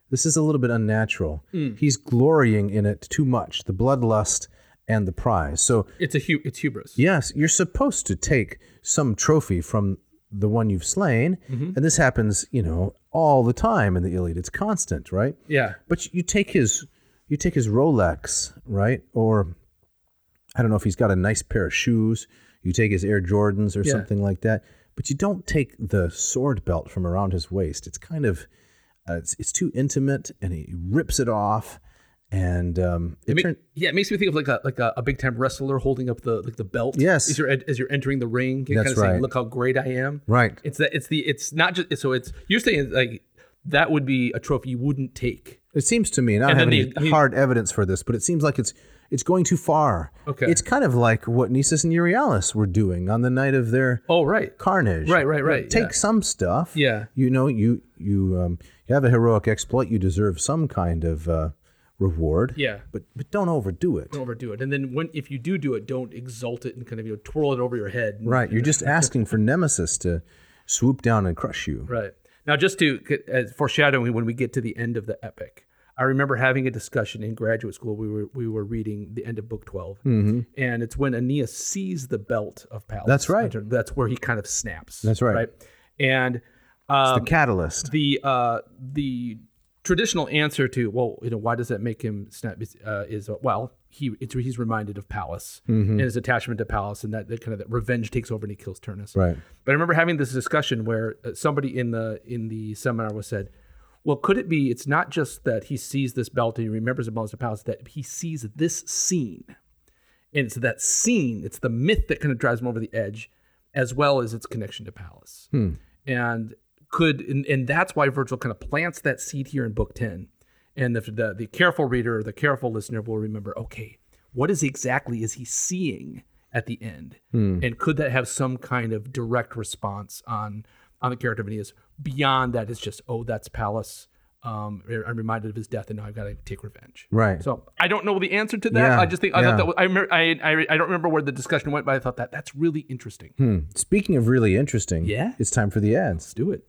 A: This is a little bit unnatural. He's glorying in it too much, the bloodlust and the prize. So,
B: It's a hu- it's hubris.
A: yes, you're supposed to take some trophy from the one you've slain. And this happens, you know, all the time in the Iliad. It's constant, right?
B: Yeah.
A: But you take his, you take his Rolex, right? Or I don't know if he's got a nice pair of shoes. You take his Air Jordans or
B: Yeah.
A: something like that. But you don't take the sword belt from around his waist. It's kind of, uh, it's, it's too intimate, and he rips it off, and um, it
B: It ma-
A: turn-
B: yeah, it makes me think of like a like a, a big time wrestler holding up the like the belt.
A: Yes.
B: as you're en- as you're entering the ring, you're
A: That's
B: kind of saying,
A: right.
B: "Look how great I am."
A: right.
B: It's that it's the it's not just so it's you're saying like that would be a trophy you wouldn't take.
A: It seems to me, and I don't have
B: then
A: any
B: the- I mean-
A: hard evidence for this, but it seems like it's it's going too far.
B: Okay.
A: It's kind of like what Nisus and Euryalus were doing on the night of their
B: Oh right,
A: carnage.
B: Right, right, right,
A: Take
B: yeah.
A: some stuff.
B: Yeah.
A: You know, you you um, you have a heroic exploit, you deserve some kind of uh, reward.
B: yeah.
A: But but don't overdo it.
B: Don't overdo it, and then when if you do do it, don't exalt it and kind of you know twirl it over your head.
A: Right. You're just asking for Nemesis to swoop down and crush you.
B: Right. Now, just to as foreshadowing, when we get to the end of the epic, I remember having a discussion in graduate school. We were we were reading the end of book 12 and it's when Aeneas sees the belt of Pallas.
A: Mm-hmm. That's right.
B: That's where he kind of snaps.
A: That's right.
B: And um,
A: the catalyst.
B: the uh, the traditional answer to well, you know, why does that make him snap? Is, uh, is uh, well, he it's, he's reminded of Pallas
A: Mm-hmm.
B: and his attachment to Pallas, and that, that kind of that revenge takes over and he kills Turnus.
A: Right.
B: But I remember having this discussion where uh, somebody in the in the seminar was said, "Well, could it be? It's not just that he sees this belt and he remembers the Balance of Pallas. That he sees this scene, and it's that scene. It's the myth that kind of drives him over the edge, as well as its connection to Pallas. And could and, and that's why Virgil kind of plants that seed here in Book Ten, and the the, the careful reader, or the careful listener will remember. Okay, what is exactly is he seeing at the end and could that have some kind of direct response on on the character of aeneas beyond that it's just oh that's pallas um, i'm reminded of his death and now i've got to take revenge
A: Right.
B: so i don't know the answer to that
A: Yeah,
B: i just think i
A: yeah.
B: thought that was, I, remember, I, I i don't remember where the discussion went but i thought that that's really interesting
A: Hmm. Speaking of really interesting,
B: Yeah?
A: it's time for the ads.
B: let's do it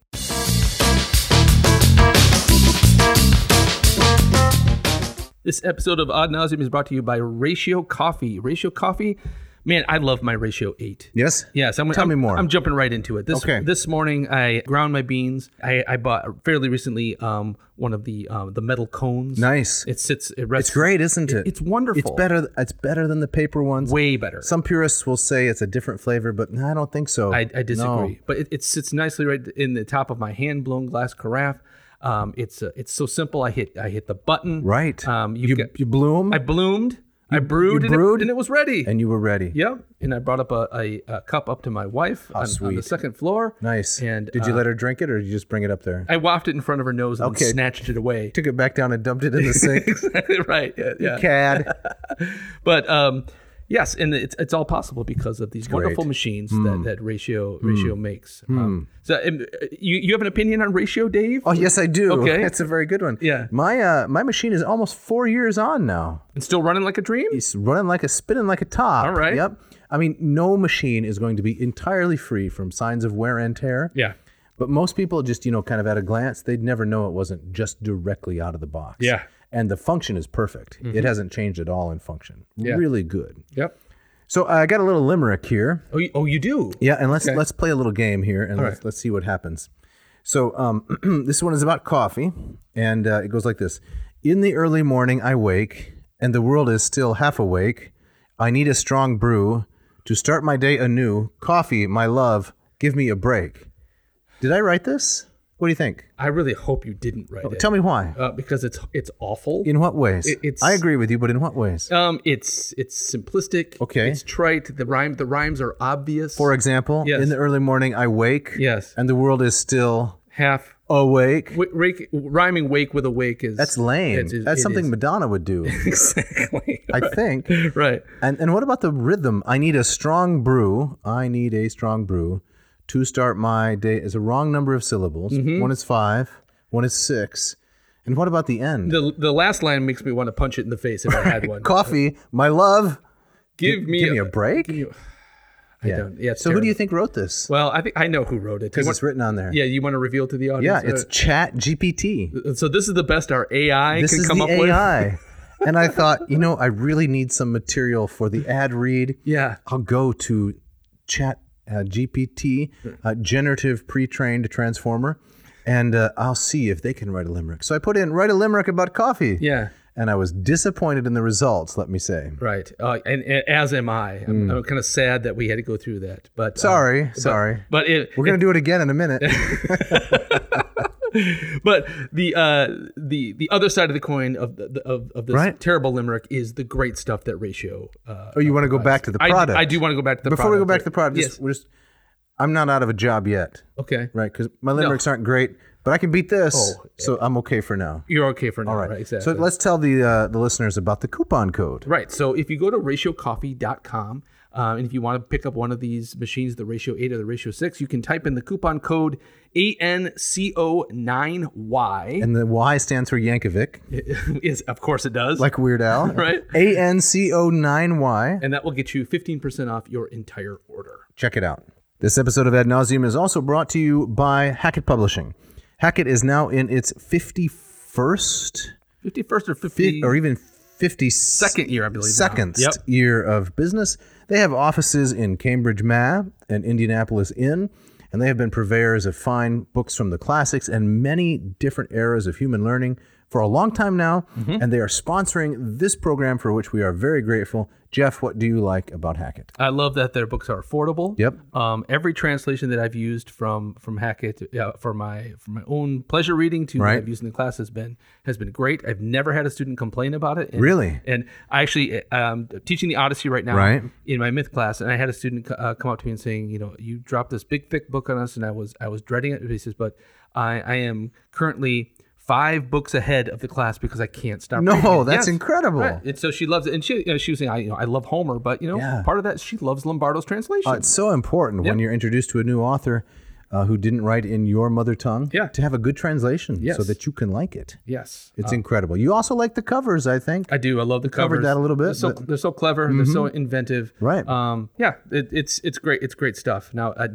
B: This episode of Odd Nauseam is brought to you by Ratio Coffee. Ratio Coffee, man, I love my Ratio 8.
A: Yes?
B: Yes, I'm.
A: Tell
B: I'm,
A: me more.
B: I'm jumping right into it. This
A: Okay.
B: this morning, I ground my beans. I, I bought fairly recently um, one of the um, the metal cones.
A: Nice.
B: It sits. It rests.
A: It's great, isn't it?
B: It's wonderful.
A: It's better. It's better than the paper ones.
B: Way better.
A: Some purists will say it's a different flavor, but no, I don't think so.
B: I, I disagree.
A: No.
B: But it, it sits nicely right in the top of my hand blown glass carafe. Um, it's uh, it's so simple. I hit I hit the button.
A: Right.
B: Um, you've
A: you
B: got-
A: you bloom
B: I bloomed. I brewed. and it-
A: brewed?
B: and it was ready.
A: and you were ready.
B: Yep. And I brought up a, a, a cup up to my wife on, on the
A: sweet.
B: second floor.
A: Nice.
B: And,
A: did you
B: uh,
A: let her drink it, or did you just bring it up there?
B: I wafted it in front of her nose and
A: Okay.
B: snatched it away.
A: Took it [LAUGHS]
B: [LAUGHS]
A: back down and dumped it in the sink.
B: exactly right. Yeah. yeah.
A: Cad.
B: But um, Yes, and it's, it's all possible because of these wonderful
A: Great. Hmm.
B: machines that, that Ratio Ratio makes. Um, so, um, you you have an opinion on Ratio, Dave?
A: Oh yes, I do. [LAUGHS]
B: Okay.
A: that's a very good one.
B: Yeah.
A: my uh, my machine is almost four years on now.
B: It's still running like a dream.
A: It's running like a spinning like a top.
B: All right.
A: Yep. I mean, no machine is going to be entirely free from signs of wear and tear.
B: Yeah,
A: But most people just, you know, kind of at a glance, they'd never know it wasn't just directly out of the box.
B: Yeah. Mm-hmm.
A: And the function is perfect. It hasn't changed at all in function.
B: Yeah.
A: Really good.
B: yep.
A: So I got a little limerick here.
B: Oh, you, oh, you do.
A: Yeah, and let's let's play a little game here and let's,
B: right.
A: let's see what happens. So um, [CLEARS THROAT] this one is about coffee, and uh, it goes like this: In the early morning, I wake, and the world is still half awake. I need a strong brew to start my day anew. Coffee, my love, give me a break. Did I write this? What do you think?
B: I really hope you didn't write it
A: Oh, Tell me why.
B: uh, because it's it's awful.
A: In what ways?
B: It- it's-
A: I agree with you, but in what ways?
B: um, it's it's simplistic.
A: Okay.
B: It's trite. The rhyme the rhymes are obvious.
A: For example,
B: Yes.
A: in the early morning, I wake,
B: yes,
A: and the world is still
B: half
A: awake.
B: w- rake, rhyming wake with awake is
A: That's lame.
B: it is-
A: That's
B: it
A: [LAUGHS] something
B: is.
A: Madonna would
B: [LAUGHS]
A: do,
B: exactly
A: I think.
B: [LAUGHS] right.
A: And and what about the rhythm? I need a strong brew. I need a strong brew to start my day is a wrong number of syllables.
B: Mm-hmm.
A: One is five, one is six. And what about the end?
B: The the last line makes me want to punch it in the face if I
A: [LAUGHS]
B: had one.
A: Coffee, my love.
B: give me
A: Give me a break.
B: I don't. Yeah. it's
A: so who do you
B: terrible.
A: think wrote this?
B: Well, I think I know who wrote it. You
A: Because
B: want-
A: it's written on there.
B: yeah, you want to reveal to the
A: Yeah,
B: audience.
A: it's Chat GPT.
B: Uh, so this is the best our AI
A: This
B: can
A: is
B: come
A: the
B: up with. [LAUGHS]
A: AI. and I thought, you know, I really need some material for the ad read.
B: Yeah.
A: I'll go to chat uh, GPT, uh, generative pre-trained transformer, and uh, I'll see if they can write a limerick. So I put in write a limerick about coffee.
B: Yeah.
A: And I was disappointed in the results, let me say.
B: Right. Uh, and, and as am I. I'm, I'm kind of sad that we had to go through that. But uh,
A: Hmm. Sorry, sorry.
B: But it,
A: We're going to do it again in a
B: [LAUGHS]
A: minute.
B: but the uh, the the other side of the coin of the, of, of this
A: Right.
B: terrible limerick is the great stuff that ratio. Uh,
A: oh, you want to go back to the
B: I, do-
A: product?
B: I do want to go back to the
A: Before
B: product.
A: we go back to the product, just,
B: Yes.
A: we're just, I'm not out of a job yet,
B: Okay.
A: right? Because my limericks aren't great, but I can beat this.
B: Oh,
A: so I'm okay for now.
B: You're okay for now.
A: All
B: right.
A: right.
B: Exactly.
A: So let's tell the uh, the listeners about the coupon code.
B: Right. So if you go to ratiocoffee.com, uh, and if you want to pick up one of these machines, the ratio 8 or the ratio 6, you can type in the coupon code [LAUGHS] ANCO9Y.
A: And the Y stands for Yankovic.
B: Is Of course it does.
A: [LAUGHS] like Weird Al,
B: Right.
A: A N C O nine Y.
B: and that will get you 15% off your entire order.
A: Check it out. This episode of Ad Nauseum is also brought to you by Hackett Publishing. Hackett is now in its fifty-first,
B: 51st or 50
A: fi- or even fifty-second
B: second year, I believe. now.
A: second
B: Yep.
A: year of business. They have offices in Cambridge, Ma, and Indianapolis, Inn, and they have been purveyors of fine books from the classics and many different eras of human learning for a long time now.
B: Mm-hmm.
A: And they are sponsoring this program for which we are very grateful. Jeff, what do you like about Hackett?
B: I love that their books are affordable.
A: Yep.
B: Um, every translation that I've used from from Hackett uh, for my for my own pleasure reading to what
A: Right.
B: I've used in the class has been has been great. I've never had a student complain about it. And,
A: Really?
B: And I actually uh, um, teaching the Odyssey right now
A: Right.
B: in my myth class, and I had a student co- uh, come up to me and saying, you know, you dropped this big thick book on us, and I was I was dreading it. He says, but I I am currently. Five books ahead of the class because I can't stop.
A: No,
B: reading it."
A: that's incredible.
B: Right. And so she loves it, and she you know, she was saying, I you know I love Homer, but you know
A: Yeah.
B: part of that she loves Lombardo's translation.
A: Uh, it's so important when you're introduced to a new author uh, who didn't write in your mother tongue
B: Yeah.
A: to have a good translation so
B: Yes. Uh,
A: that you can like it.
B: Yes,
A: It's incredible. You also like the covers, I think.
B: I do. I love the
A: covered that
B: covers.
A: a little bit,
B: They're so,
A: but- Mm-hmm.
B: they're so clever. They're so inventive.
A: Right.
B: Um. Yeah. It, it's it's great. It's great stuff. Now, I, I,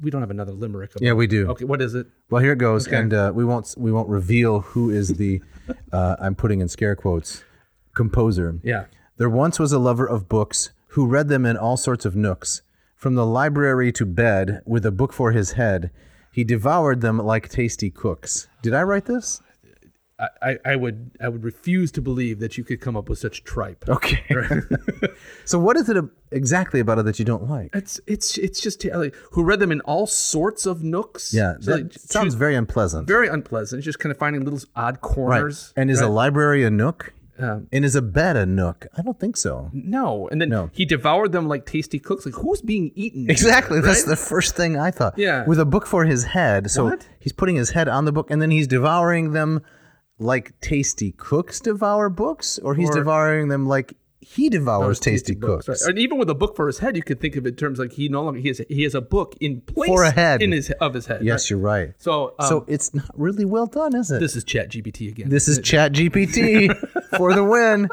B: we don't have another limerick. About
A: yeah, we do.
B: Okay. What is it?
A: Well, here it goes, and uh, we won't we won't reveal who is the uh, I'm putting in scare quotes composer.
B: Yeah.
A: There once was a lover of books who read them in all sorts of nooks, from the library to bed with a book for his head. He devoured them like tasty cooks. Did I write this?
B: I, I, I would I would refuse to believe that you could come up with such tripe.
A: [LAUGHS] Okay. so, what is it ab- exactly about it that you don't like?
B: It's it's it's just like, who read them in all sorts of nooks.
A: Yeah,
B: So,
A: that
B: like,
A: sounds
B: choose-
A: very unpleasant.
B: very unpleasant. It's just kind of finding little odd
A: Right.
B: corners.
A: And is a library a nook?
B: Um,
A: and is a bed a nook? I don't think so.
B: No, and then
A: No.
B: he devoured them like tasty cooks. Like who's being eaten?
A: Exactly. That's the first thing I thought.
B: Yeah.
A: With a book for his head. So
B: What?
A: he's putting his head on the book and then he's devouring them like tasty cooks devour books, or he's
B: Or-
A: devouring them like he devours tasty
B: books,
A: cooks.
B: right. And even with a book for his head, you could think of it in terms like he no longer he has he has a book in place
A: For a head.
B: in his of his head.
A: Yes,
B: right?
A: you're right.
B: So, um,
A: so it's not really well done, is it?
B: this is Chat GPT again.
A: This
B: [LAUGHS]
A: is ChatGPT for the win.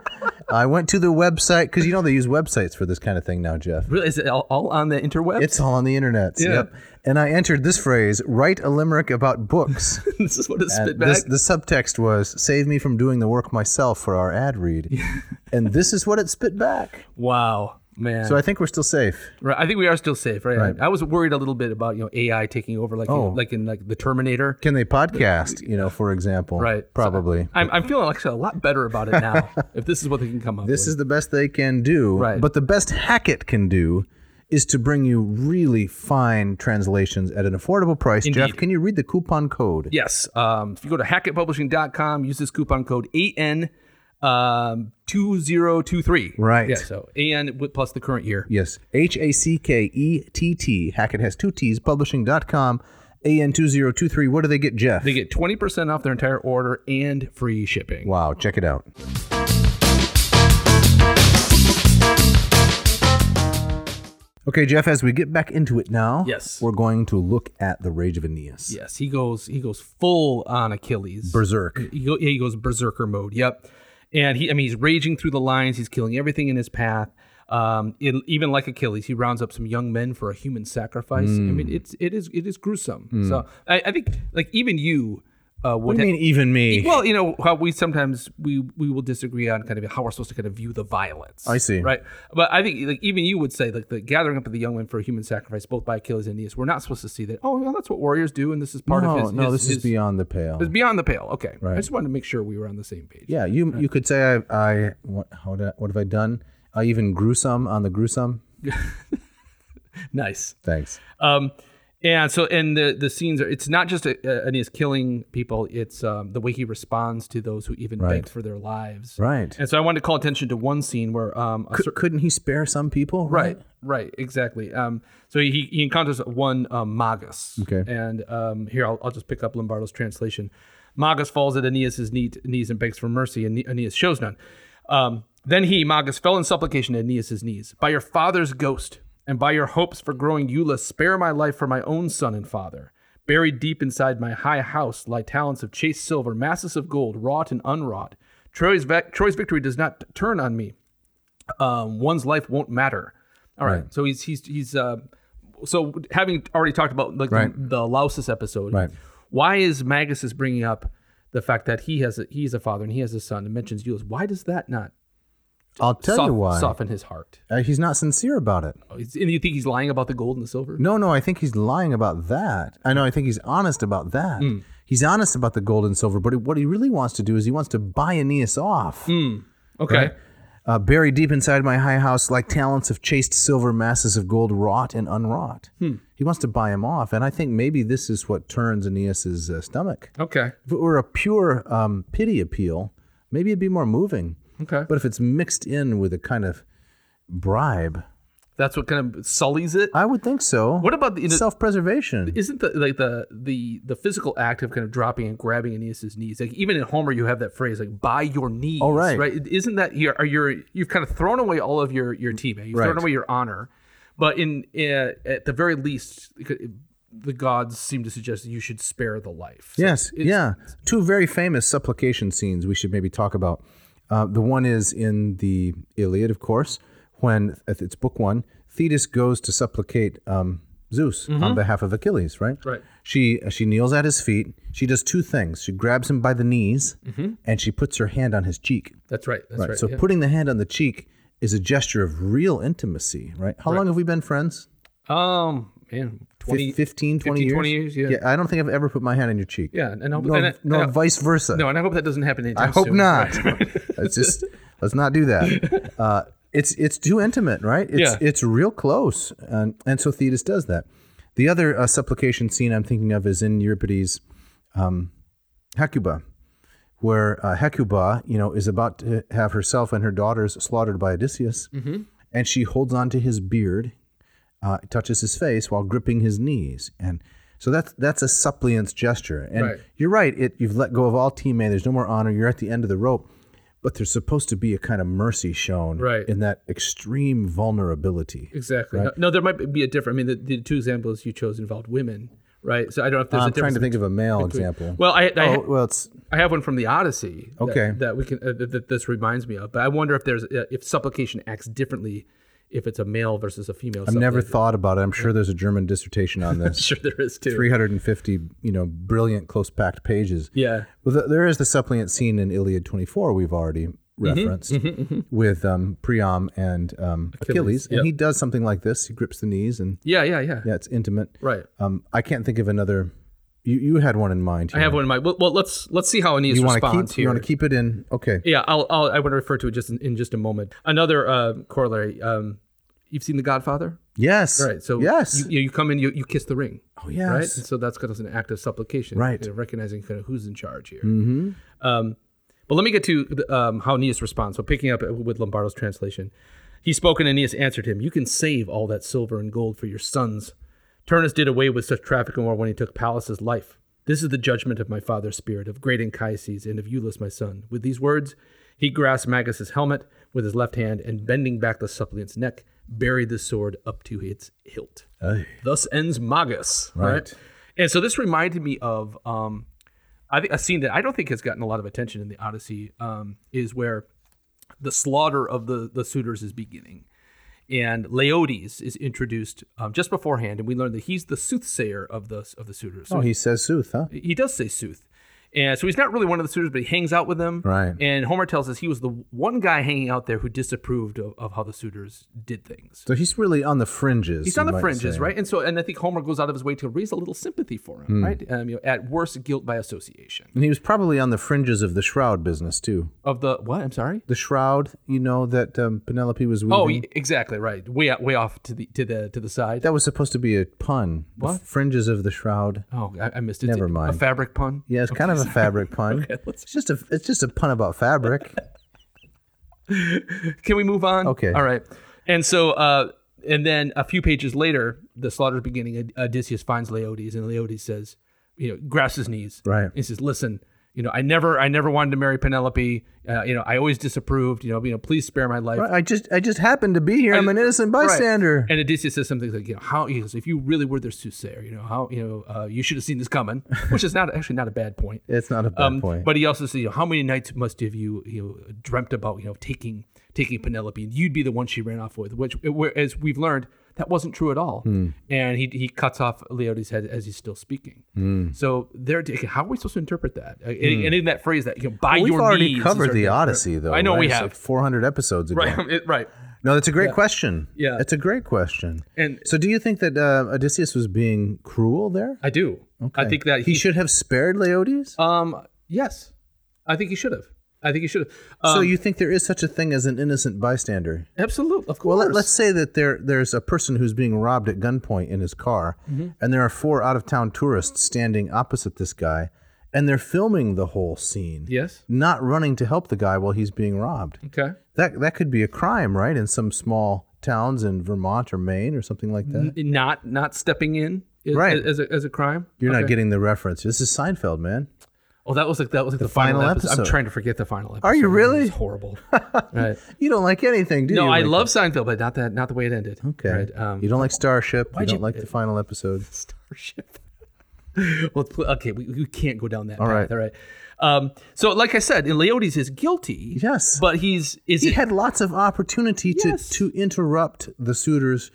A: I went to the website because you know they use websites for this kind of thing now, Jeff.
B: really is it all, all on the interweb?
A: It's all on the internet.
B: Yeah.
A: Yep. And I entered this phrase: write a limerick about books.
B: [LAUGHS] this is what it's
A: And
B: spit back.
A: Uh, this, the subtext was "Save me from doing the work myself" for our ad read, and this is what it spit back.
B: wow, man.
A: So I think we're still safe.
B: Right. I think we are still safe, right? I was worried a little bit about you know AI taking over, like
A: Oh.
B: in, like in like the Terminator.
A: Can they podcast? You know, for example,
B: Right. So-
A: Probably.
B: I'm, I'm feeling actually a lot better about it
A: [LAUGHS]
B: now. if this is what they can come up
A: this
B: with.
A: is the best they can do.
B: Right.
A: But the best Hackett can do is to bring you really fine translations at an affordable price. Jeff, can you read the coupon code?
B: yes. Um, if you go to hackettpublishing.com, use this coupon code 8N. Um, two zero two three.
A: Right.
B: Yeah. So and with- plus the current year.
A: Yes. H A C K E T T. Hackett has two T's. Publishing.com. AN2023. What do they get, Jeff?
B: They get twenty percent off their entire order and free shipping.
A: wow. Check it out. Okay, Jeff, as we get back into it now,
B: Yes.
A: we're going to look at the Rage of Aeneas.
B: Yes. He goes. He goes full on Achilles.
A: Berserk.
B: he, go, yeah, he goes berserker mode. Yep. And he, I mean, he's raging through the lines. He's killing everything in his path. Um, it, even like Achilles, he rounds up some young men for a human sacrifice. I
A: Mm.
B: mean, it's it is it is gruesome. So I, I think like even you uh, would.
A: What do you mean, even me?
B: Well, you know how we sometimes we we will disagree on kind of how we're supposed to kind of view the violence.
A: I see.
B: Right, but I think like even you would say like the gathering up of the young men for a human sacrifice, both by Achilles and Aeneas, we're not supposed to see that. Oh, well, that's what warriors do, and this is part
A: no,
B: of his.
A: no,
B: his-
A: this is
B: his-
A: beyond the pale.
B: it's beyond the pale. Okay. I just wanted to make sure we were on the same page.
A: Yeah, you you could say I, I what how did I, what have I done? I even gruesome on the gruesome.
B: Nice.
A: Thanks.
B: Um, and so, and the the scenes are. It's not just uh Aeneas killing people. It's um, the way he responds to those who even beg for their lives.
A: Right.
B: And so, I wanted to call attention to one scene where um, a cer-
A: Couldn't he spare some people?
B: Right, right, exactly. Um, so he, he encounters one um, Magus.
A: Okay.
B: And um, here, I'll, I'll just pick up Lombardo's translation. Magus falls at Aeneas' knee, knees and begs for mercy, and Aeneas shows none. Um, then he, Magus, fell in supplication at Aeneas' knees. By your father's ghost, and by your hopes for growing Eula, spare my life for my own son and father. Buried deep inside my high house lie talents of chased silver, masses of gold, wrought and unwrought. Troy's, vac Troy's victory does not turn on me um, one's life won't matter. All right. So he's he's he's uh, so having already talked about like
A: Right.
B: the, the Lausus episode.
A: Right.
B: Why is Magus is bringing up the fact that he has a, he's a father and he has a son and mentions Ulysses? Why does that not
A: I'll tell
B: soft-
A: you why.
B: soften his heart?
A: Uh, he's not sincere about it.
B: Oh, it's- And you think he's lying about the gold and the silver?
A: No, no, I think he's lying about that. I know. I think he's honest about that.
B: Hmm.
A: He's honest about the gold and silver, but what he really wants to do is he wants to buy Aeneas off.
B: Hmm. Okay.
A: Right. Uh, buried deep inside my high house, like talents of chased silver, masses of gold, wrought and unwrought.
B: Hmm.
A: He wants to buy him off, and I think maybe this is what turns Aeneas's uh, stomach.
B: Okay.
A: If it were a pure um, pity appeal, maybe it'd be more moving.
B: Okay.
A: But if it's mixed in with a kind of bribe,
B: That's what kind of sullies it.
A: I would think so.
B: What about the you know,
A: self-preservation?
B: isn't the like the the the physical act of kind of dropping and grabbing Aeneas's knees like even in Homer you have that phrase like by your knees
A: Oh, right.
B: right isn't that you're are you you've kind of thrown away all of your your teammate you've
A: Right.
B: thrown away your honor but in uh, at the very least it could- the gods seem to suggest that you should spare the life So
A: Yes,
B: it's-
A: yeah. Two very famous supplication scenes we should maybe talk about. Uh, the one is in the Iliad, of course, when it's book one. Thetis goes to supplicate um, Zeus on behalf of Achilles, right?
B: Mm-hmm. Right.
A: She uh, she kneels at his feet. She does two things. She grabs him by the knees, and she puts her hand on his cheek.
B: that's right that's Mm-hmm. right,
A: so
B: yeah.
A: putting the hand on the cheek is a gesture of real intimacy, right? How long have we been friends?
B: um man 20
A: Fif- 15, 20
B: 15,
A: years?
B: 20 years, yeah.
A: I don't think I've ever put my hand on your cheek.
B: yeah and I hope,
A: No,
B: and I-
A: no,
B: and I-
A: vice versa.
B: no, and I hope that doesn't happen anytime
A: I hope
B: soon.
A: not.
B: Right.
A: [LAUGHS]
B: [LAUGHS]
A: Let's just let's not do that. Uh, it's it's too intimate, right? It's
B: Yeah.
A: it's real close, and and so Thetis does that. The other uh, supplication scene I'm thinking of is in Euripides' um, Hecuba, where uh, Hecuba, you know, is about to have herself and her daughters slaughtered by Odysseus,
B: Mm-hmm.
A: and she holds on to his beard, uh, touches his face while gripping his knees, and so that's that's a suppliant's gesture. And
B: Right.
A: you're right; it you've let go of all teammate. There's no more honor. You're at the end of the rope, but there's supposed to be a kind of mercy shown
B: Right.
A: in that extreme vulnerability.
B: Exactly. No, no, there might be a different. I mean, the, the two examples you chose involved women, right? So I don't know if there's a
A: I'm
B: difference.
A: trying to think of a male example.
B: well, I, I,
A: oh, well, it's
B: I have one from the Odyssey. that-
A: Okay.
B: That, we can uh, that, that this reminds me of, but I wonder if there's uh, if supplication acts differently if it's a male versus a female.
A: I've never thought about it. I'm sure there's a German dissertation on this.
B: [LAUGHS] Sure, there is too.
A: 350, you know, brilliant close packed pages.
B: Yeah.
A: Well, th- there is the suppliant scene in Iliad 24 we've already
B: Mm-hmm.
A: referenced with um, Priam and um, Achilles, and
B: yep.
A: he does something like this. He grips the knees, and
B: Yeah. Yeah. Yeah.
A: yeah, it's intimate.
B: Right.
A: Um, I can't think of another. You you had one in mind. Here.
B: I have one in my. Well, well let's let's see how Aeneas
A: You want to
B: responds
A: keep?
B: here.
A: You want to keep it in? Okay.
B: Yeah, I'll, I'll I want to refer to it just in, in just a moment. Another uh, corollary. Um, you've seen The Godfather,
A: Yes.
B: right? So
A: yes.
B: you, you come in, you, you kiss the ring.
A: oh yes.
B: right? And so that's kind of an act of supplication,
A: Right.
B: you know, recognizing kind of who's in charge here. Mm-hmm. Um, but let me get to the, um, how Aeneas responds. So picking up with Lombardo's translation, he spoke and Aeneas answered him, "You can save all that silver and gold for your sons. Turnus did away with such traffic and war when he took Pallas's life. This is the judgment of my father's spirit, of great Anchises, and of Eulus my son." With these words, he grasped Magus's helmet with his left hand and bending back the suppliant's neck, buried the sword up to its hilt. Thus ends Magus. Right.
A: Right.
B: And so this reminded me of um, I think a scene that I don't think has gotten a lot of attention in the Odyssey um, is where the slaughter of the the suitors is beginning, and Laodes is introduced um, just beforehand, and we learn that he's the soothsayer of the of the suitors. So
A: Oh, he says sooth, huh?
B: he does say sooth. And so he's not really one of the suitors, but he hangs out with them.
A: Right.
B: And Homer tells us he was the one guy hanging out there who disapproved of, of how the suitors did things.
A: So he's really on the fringes.
B: He's
A: you
B: on the
A: might
B: fringes,
A: say.
B: right? And so, and I think Homer goes out of his way to raise a little sympathy for
A: Hmm.
B: him, right? Um, you know, at worst, guilt by association
A: And he was probably on the fringes of the shroud business too.
B: of the what? I'm sorry.
A: The shroud, you know, that um, Penelope was weaving.
B: Oh, y- exactly right. Way out, way off to the to the to the side.
A: that was supposed to be a pun. The
B: What?
A: fringes of the shroud?
B: oh, I, I missed it.
A: Never
B: It's
A: mind.
B: A fabric pun.
A: Yeah, it's kind of a
B: [LAUGHS]
A: fabric pun.
B: let's-
A: it's just a it's just a pun about fabric.
B: Can we move on?
A: Okay.
B: All right. And so, uh, and then a few pages later, the slaughter's beginning. Od- Odysseus finds Laodes, and Laodes says, you know, grasps his knees.
A: Right.
B: He says, "Listen, you know, I never, I never wanted to marry Penelope. Uh, you know, I always disapproved. You know, you know, please spare my life."
A: I just I just happened to be here. I'm an innocent
B: Right.
A: bystander.
B: And Odysseus says something like, you know, how he goes, if you really were their soothsayer, you know, how you know, uh, you should have seen this coming, which is not actually not a
A: [LAUGHS]
B: bad point.
A: It's not a bad
B: Um,
A: point.
B: But he also says, you know, how many nights must have you you know, dreamt about you know taking taking Penelope, and you'd be the one she ran off with, which as we've learned. That wasn't true at all,
A: Hmm.
B: and he, he cuts off Leotes' head as he's still speaking.
A: Hmm.
B: So there, how are we supposed to interpret that? Uh, And, and in that phrase, that you know, by
A: We've
B: your
A: already
B: knees is
A: covered
B: certain-
A: the Odyssey, though.
B: I know
A: right?
B: we
A: It's
B: have. [LAUGHS]
A: like 400 episodes ago.
B: right, it- right,
A: No, that's a great question.
B: Yeah.
A: it's a great question.
B: and
A: So, do you think that uh, Odysseus was being cruel there?
B: I do. I think that
A: he, should have spared Laodice.
B: Um, yes, I think he should have. I think he should have. Um,
A: so, you think there is such a thing as an innocent bystander?
B: absolutely, of course.
A: Well, let, us say that there there's a person who's being robbed at gunpoint in his car,
B: Mm-hmm.
A: and there are four out of town tourists standing opposite this guy, and they're filming the whole scene,
B: yes.
A: not running to help the guy while he's being robbed.
B: Okay.
A: That that could be a crime, right? In some small towns in Vermont or Maine or something like that.
B: Not not stepping in, is,
A: Right.
B: As a, as a crime.
A: You're
B: Okay.
A: not getting the reference. This is Seinfeld, man.
B: Oh, that was like that was like the, final,
A: final
B: episode. I'm
A: episode.
B: trying to forget the final episode.
A: Are you really? [LAUGHS]
B: It's horrible. right.
A: You don't like anything, do you?
B: No, I
A: Lincoln?
B: love Seinfeld, but not that not the way it ended.
A: Okay.
B: Right. Um,
A: you don't like Starship. You
B: why'd
A: don't
B: you-
A: like the final episode.
B: Starship. [LAUGHS] well, pl- okay, we, we can't go down that
A: All
B: path.
A: right.
B: All right. Um, so, like I said, and Leotes is guilty.
A: Yes.
B: But he's is
A: he
B: it,
A: had lots of opportunity
B: Yes.
A: to to interrupt the suitors,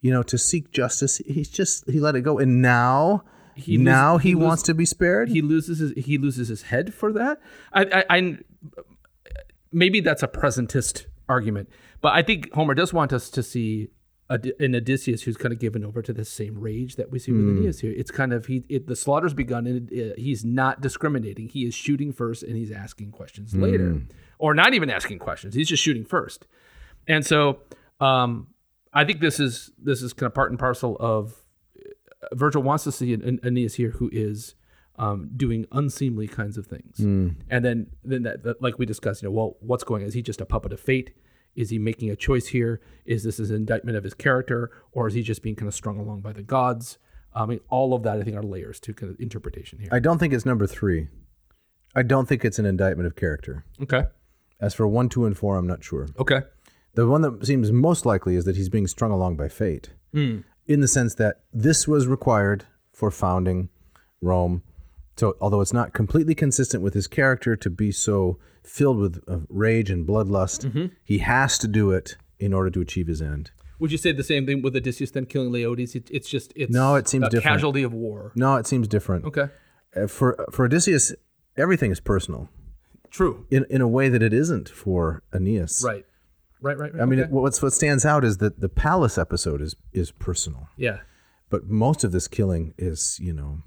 A: you know, to seek justice. He's just he let it go, and now
B: lose-
A: now he,
B: he lose-
A: wants to be spared.
B: he loses his he loses his head for that. I, I, I maybe that's a presentist argument, but I think Homer does want us to see Od- an Odysseus who's kind of given over to this same rage that we see with Aeneas here. It's kind of he it, the slaughter's begun and it, uh, he's not discriminating. He is shooting first and he's asking questions later, or not even asking questions. He's just shooting first, and so. Um, I think this is this is kind of part and parcel of uh, Virgil wants to see an, an Aeneas here who is um, doing unseemly kinds of things,
A: Hmm.
B: and then then that, that like we discussed, you know, well, what's going? on? Is he just a puppet of fate? Is he making a choice here? Is this an indictment of his character, or is he just being kind of strung along by the gods? I mean, all of that I think are layers to kind of interpretation here.
A: I don't think it's number three. I don't think it's an indictment of character.
B: Okay,
A: As for one, two, and four, I'm not sure.
B: Okay.
A: The one that seems most likely is that he's being strung along by fate,
B: Hmm.
A: in the sense that this was required for founding Rome. So, although it's not completely consistent with his character to be so filled with uh, rage and bloodlust,
B: Mm-hmm.
A: he has to do it in order to achieve his end.
B: Would you say the same thing with Odysseus then killing Laodice? It, it's just it's
A: No, it seems
B: a
A: different.
B: casualty of war.
A: No, it seems different.
B: Okay.
A: Uh, For for Odysseus, everything is personal
B: True.
A: in, in a way that it isn't for Aeneas.
B: Right. Right. Right. right.
A: I mean,
B: okay.
A: it- what's what stands out is that the palace episode is is personal,
B: yeah.
A: but most of this killing is you know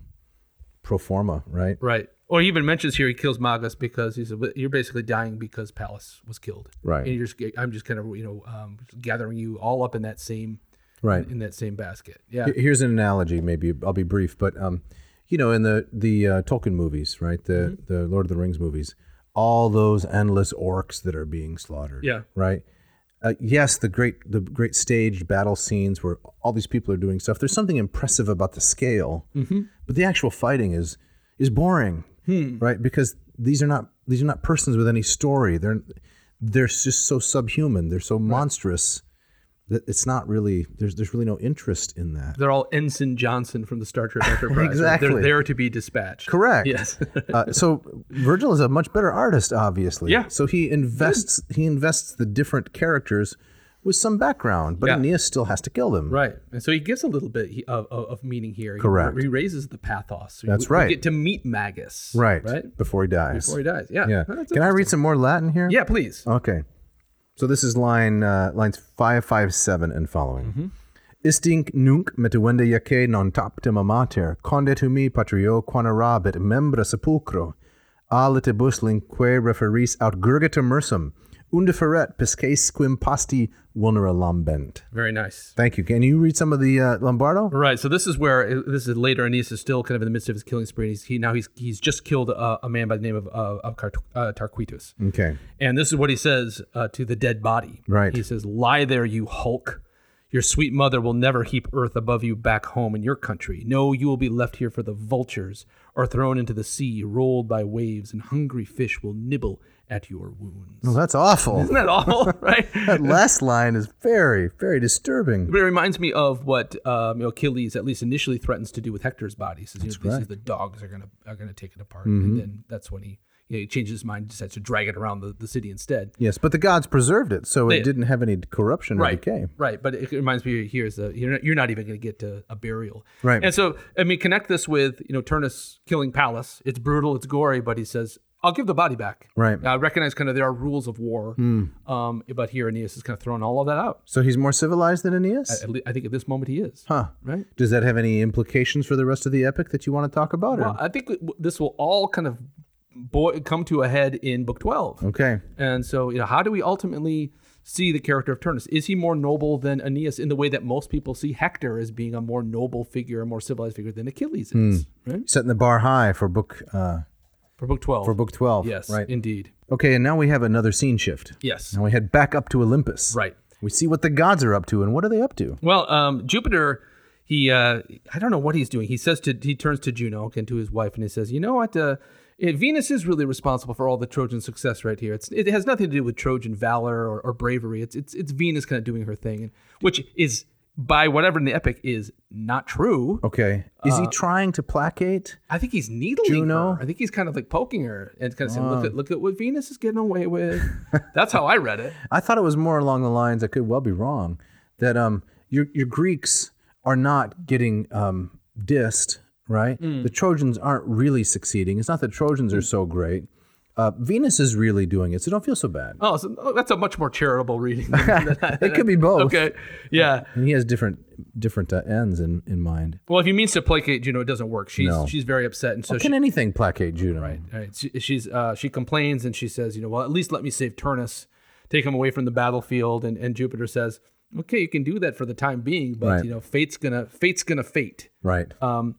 A: pro forma, right?
B: Right. Or he even mentions here he kills Magus because he's a, you're basically dying because Pallas was killed.
A: Right.
B: And you're just I'm just kind of you know um, gathering you all up in that same
A: Right.
B: in that same basket. Yeah.
A: Here- Here's an analogy. Maybe I'll be brief, but um, you know, in the the uh, Tolkien movies, right? The the Lord of the Rings movies, all those endless orcs that are being slaughtered.
B: Yeah.
A: Right. Uh, yes, the great the great staged battle scenes where all these people are doing stuff. There's something impressive about the scale, but the actual fighting is is boring, right? Because these are not these are not persons with any story. They're they're just so subhuman. They're so monstrous that it's not really there's there's really no interest in that.
B: They're all Ensign Johnson from the Star
A: [LAUGHS]
B: Trek Enterprise.
A: Exactly.
B: They're there to be dispatched.
A: Correct.
B: Yes.
A: uh, so Virgil is a much better artist, obviously.
B: Yeah.
A: So he invests he invests the different characters with some background, but
B: Yeah.
A: Aeneas still has to kill them.
B: Right, and so he gives a little bit he- of, of of meaning here. He-
A: Correct.
B: He, raises the pathos. So
A: That's
B: we- we
A: right.
B: get to meet Magus.
A: Right.
B: Right.
A: Before he dies.
B: Before he dies. Yeah.
A: yeah.
B: Well, that's
A: Can I uh,
B: interesting.
A: read some more Latin here?
B: Yeah, please.
A: Okay. So this is line uh, lines five, five, seven, and following.
B: Mm-hmm.
A: Istinc nunc metuende jace non taptima mater, condetumi patrio quanarabit membra sepulcro, a litibus linque referis aut gurgita mersum, undiferet piscesquim pasti vulnera lambent.
B: Very nice.
A: Thank you. Can you read some of the uh, Lombardo?
B: Right. So this is where uh, this is later. Aeneas is still kind of in the midst of his killing spree. He's, he now he's he's just killed a, a man by the name of uh, of Car- uh, Tarquitus,
A: Okay.
B: and this is what he says uh, to the dead body.
A: Right.
B: He says, "Lie there, you hulk." Your sweet mother will never heap earth above you back home in your country. No, you will be left here for the vultures, or thrown into the sea, rolled by waves, and hungry fish will nibble at your wounds.
A: Well, that's awful.
B: Isn't that awful, [LAUGHS] right?
A: that last line is very, very disturbing.
B: But it reminds me of what um, you know, Achilles, at least initially, threatens to do with Hector's body. Says, you know, this is the dogs are gonna are gonna take it apart,
A: Mm-hmm.
B: and then that's when he you know, he changes his mind, decides to drag it around the, the city instead.
A: Yes, but the gods preserved it, so
B: They-
A: it didn't have any corruption or
B: Right,
A: decay.
B: right. But it reminds me here is that you're not, you're not even gonna get to a burial,
A: Right.
B: And so I mean, connect this with you know Turnus killing Pallas. It's brutal, it's gory, but he says. I'll give the body back.
A: Right. Hmm.
B: I recognize kind of there are rules of war, um, but here Aeneas is kind of throwing all of that out.
A: So he's more civilized than Aeneas?
B: At le- I think at this moment he is.
A: Huh.
B: Right.
A: Does that have any implications for the rest of the epic that you want to talk about? or-
B: Well, I think w- this will all kind of boy, come to a head in book 12.
A: okay.
B: And so, you know, how do we ultimately see the character of Turnus? Is he more noble than Aeneas in the way that most people see Hector as being a more noble figure, a more civilized figure than Achilles is, right?
A: Setting the bar high for book uh,
B: For book 12.
A: for book twelve.
B: Yes,
A: Right.
B: indeed.
A: Okay, and now we have another scene shift.
B: Yes.
A: Now we head back up to Olympus.
B: Right.
A: We see what the gods are up to and what are they up to?
B: Well, um, Jupiter, he uh, I don't know what he's doing. He says to he turns to Juno and to his wife and he says, you know what? Uh, eh, Venus is really responsible for all the Trojan success right here. It's, it has nothing to do with Trojan valor or, or bravery. It's, it's it's Venus kind of doing her thing, and which is by whatever in the epic is not true.
A: Okay. Is
B: Uh,
A: he trying to placate?
B: I think he's needling
A: Juno?
B: her. I think he's kind of like poking her and kind of saying, look at look at what Venus is getting away with. That's how I read it.
A: I thought it was more along the lines. I could well be wrong. That um, your your Greeks are not getting um dissed, right?
B: Mm.
A: The Trojans aren't really succeeding. It's not that Trojans are so great. Uh, Venus is really doing it, so don't feel so bad.
B: [LAUGHS] Oh, so oh, that's a much more charitable reading. Than, than I-
A: It could be both.
B: okay, yeah.
A: And he has different different uh, ends in in mind.
B: Well, if he means to placate Juno, it doesn't work. She's
A: No.
B: she's very upset, and so she,
A: Can anything placate Juno? Right.
B: all right, she she's uh, she complains and she says, you know, well, at least let me save Turnus, take him away from the battlefield, and, and Jupiter says, okay, you can do that for the time being, but
A: Right.
B: you know, fate's gonna fate's gonna fate.
A: Right.
B: Um,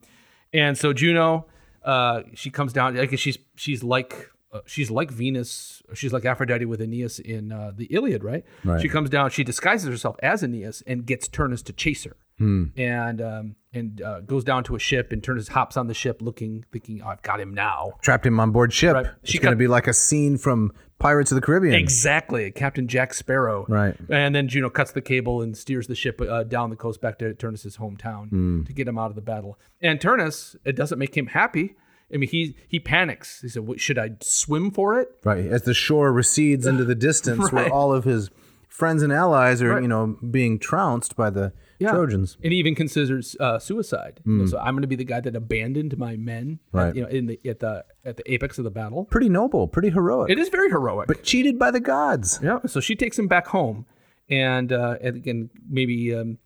B: and so Juno, uh, she comes down. I guess she's she's like uh, she's like Venus. She's like Aphrodite with Aeneas in uh, the Iliad, right?
A: Right.
B: She comes down. She disguises herself as Aeneas and gets Turnus to chase her.
A: Hmm.
B: and um, and uh, goes down to a ship and turns hops on the ship, looking thinking, oh, I've got him now.
A: Trapped him on board ship.
B: Right.
A: It's
B: She
A: going to
B: got-
A: be like a scene from Pirates of the Caribbean.
B: Exactly, Captain Jack Sparrow.
A: Hmm. Right.
B: And then Juno cuts the cable and steers the ship uh, down the coast back to Turnus' hometown
A: Hmm.
B: to get him out of the battle. And Turnus, it doesn't make him happy. I mean, he he panics. He said, "What- "Should I swim for it?"
A: Right. As the shore recedes into
B: [LAUGHS]
A: the distance where
B: Right.
A: all of his friends and allies are,
B: Right.
A: you know, being trounced by the Trojans. Hmm.
B: And he even considers uh, suicide. You know, so I'm going to be the guy that abandoned my men, at-
A: Right.
B: you know, in the at the at the apex of the battle.
A: Pretty noble, pretty heroic,
B: It is very heroic.
A: but cheated by the gods.
B: yeah. So she takes him back home, and uh, and again maybe um,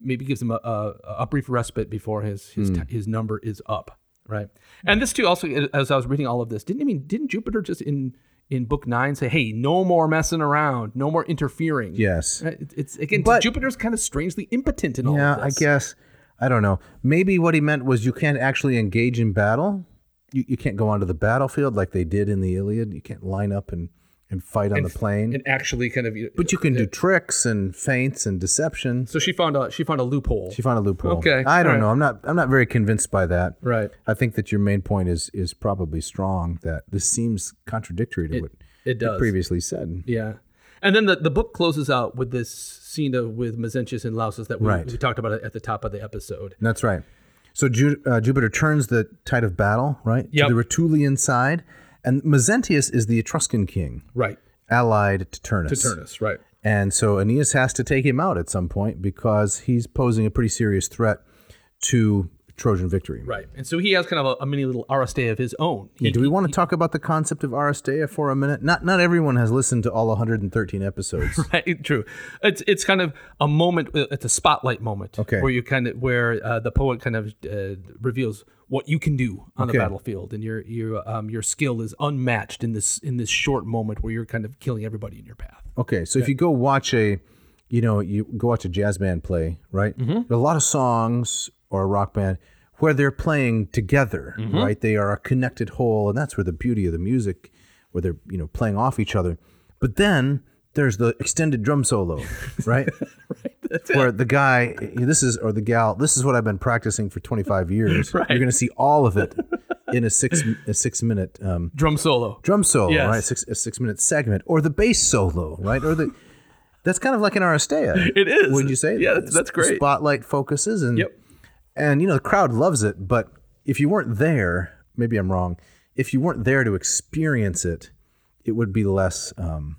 B: maybe gives him a, a, a brief respite before his his
A: Hmm.
B: ti- his number is up. Right. And this too also as I was reading all of this, didn't I mean didn't Jupiter just in in book nine say, hey, no more messing around, no more interfering.
A: Yes.
B: Right? Oh, It's- It's again
A: But-
B: Jupiter's kind of strangely impotent in all
A: Yeah,
B: of this.
A: I guess. I don't know. Maybe what he meant was you can't actually engage in battle. You, you can't go onto the battlefield like they did in the Iliad. You can't line up and, and fight on the plain.
B: and actually kind of
A: but you can do tricks and feints and deception.
B: so she found a she found a loophole
A: She found a loophole.
B: Okay,
A: I don't
B: all right.
A: know. I'm not I'm not very convinced by that.
B: right
A: I think that your main point is is probably strong that this seems contradictory to what
B: it
A: you
B: does
A: previously said.
B: yeah and then the, the book closes out with this scene of, with Mezentius and Lausus that we,
A: Right.
B: we talked about at the top of the episode
A: That's right. So Ju- uh, Jupiter turns the tide of battle, right,
B: Yep.
A: to the Rutulian side, and Mezentius is the Etruscan king,
B: right
A: allied to Turnus.
B: to Turnus right
A: And so Aeneas has to take him out at some point because he's posing a pretty serious threat to Trojan victory.
B: right and so he has kind of a, a mini little Araste of his own he,
A: Do we want to talk about the concept of Aristea for a minute? Not not everyone has listened to all 113 episodes.
B: [LAUGHS] Right, true. It's it's kind of a moment. uh, It's a spotlight moment.
A: Okay.
B: Where you kind of where uh, the poet kind of uh, reveals what you can do on
A: Okay.
B: the battlefield, and your your um your skill is unmatched in this in this short moment where you're kind of killing everybody in your path.
A: Okay, so if you go watch a, you know, you go watch a jazz band play, right? A lot of songs or a rock band where they're playing together, right? They are a connected whole, and that's where the beauty of the music, where they're you know playing off each other. But then there's the extended drum solo, right? where the guy, this is or the gal, this is what I've been practicing for 25 years. You're going to see all of it in a six a six minute um,
B: Drum solo.
A: drum solo,
B: Yes.
A: right? Six, a six minute segment, or the bass solo, right? Or the that's kind of like an
B: [LAUGHS]
A: Aristea.
B: It is.
A: Would you say?
B: Yeah, that's- that's great.
A: Spotlight focuses and
B: Yep.
A: and you know the crowd loves it, but if you weren't there, maybe I'm wrong. If you weren't there to experience it, it would be less um,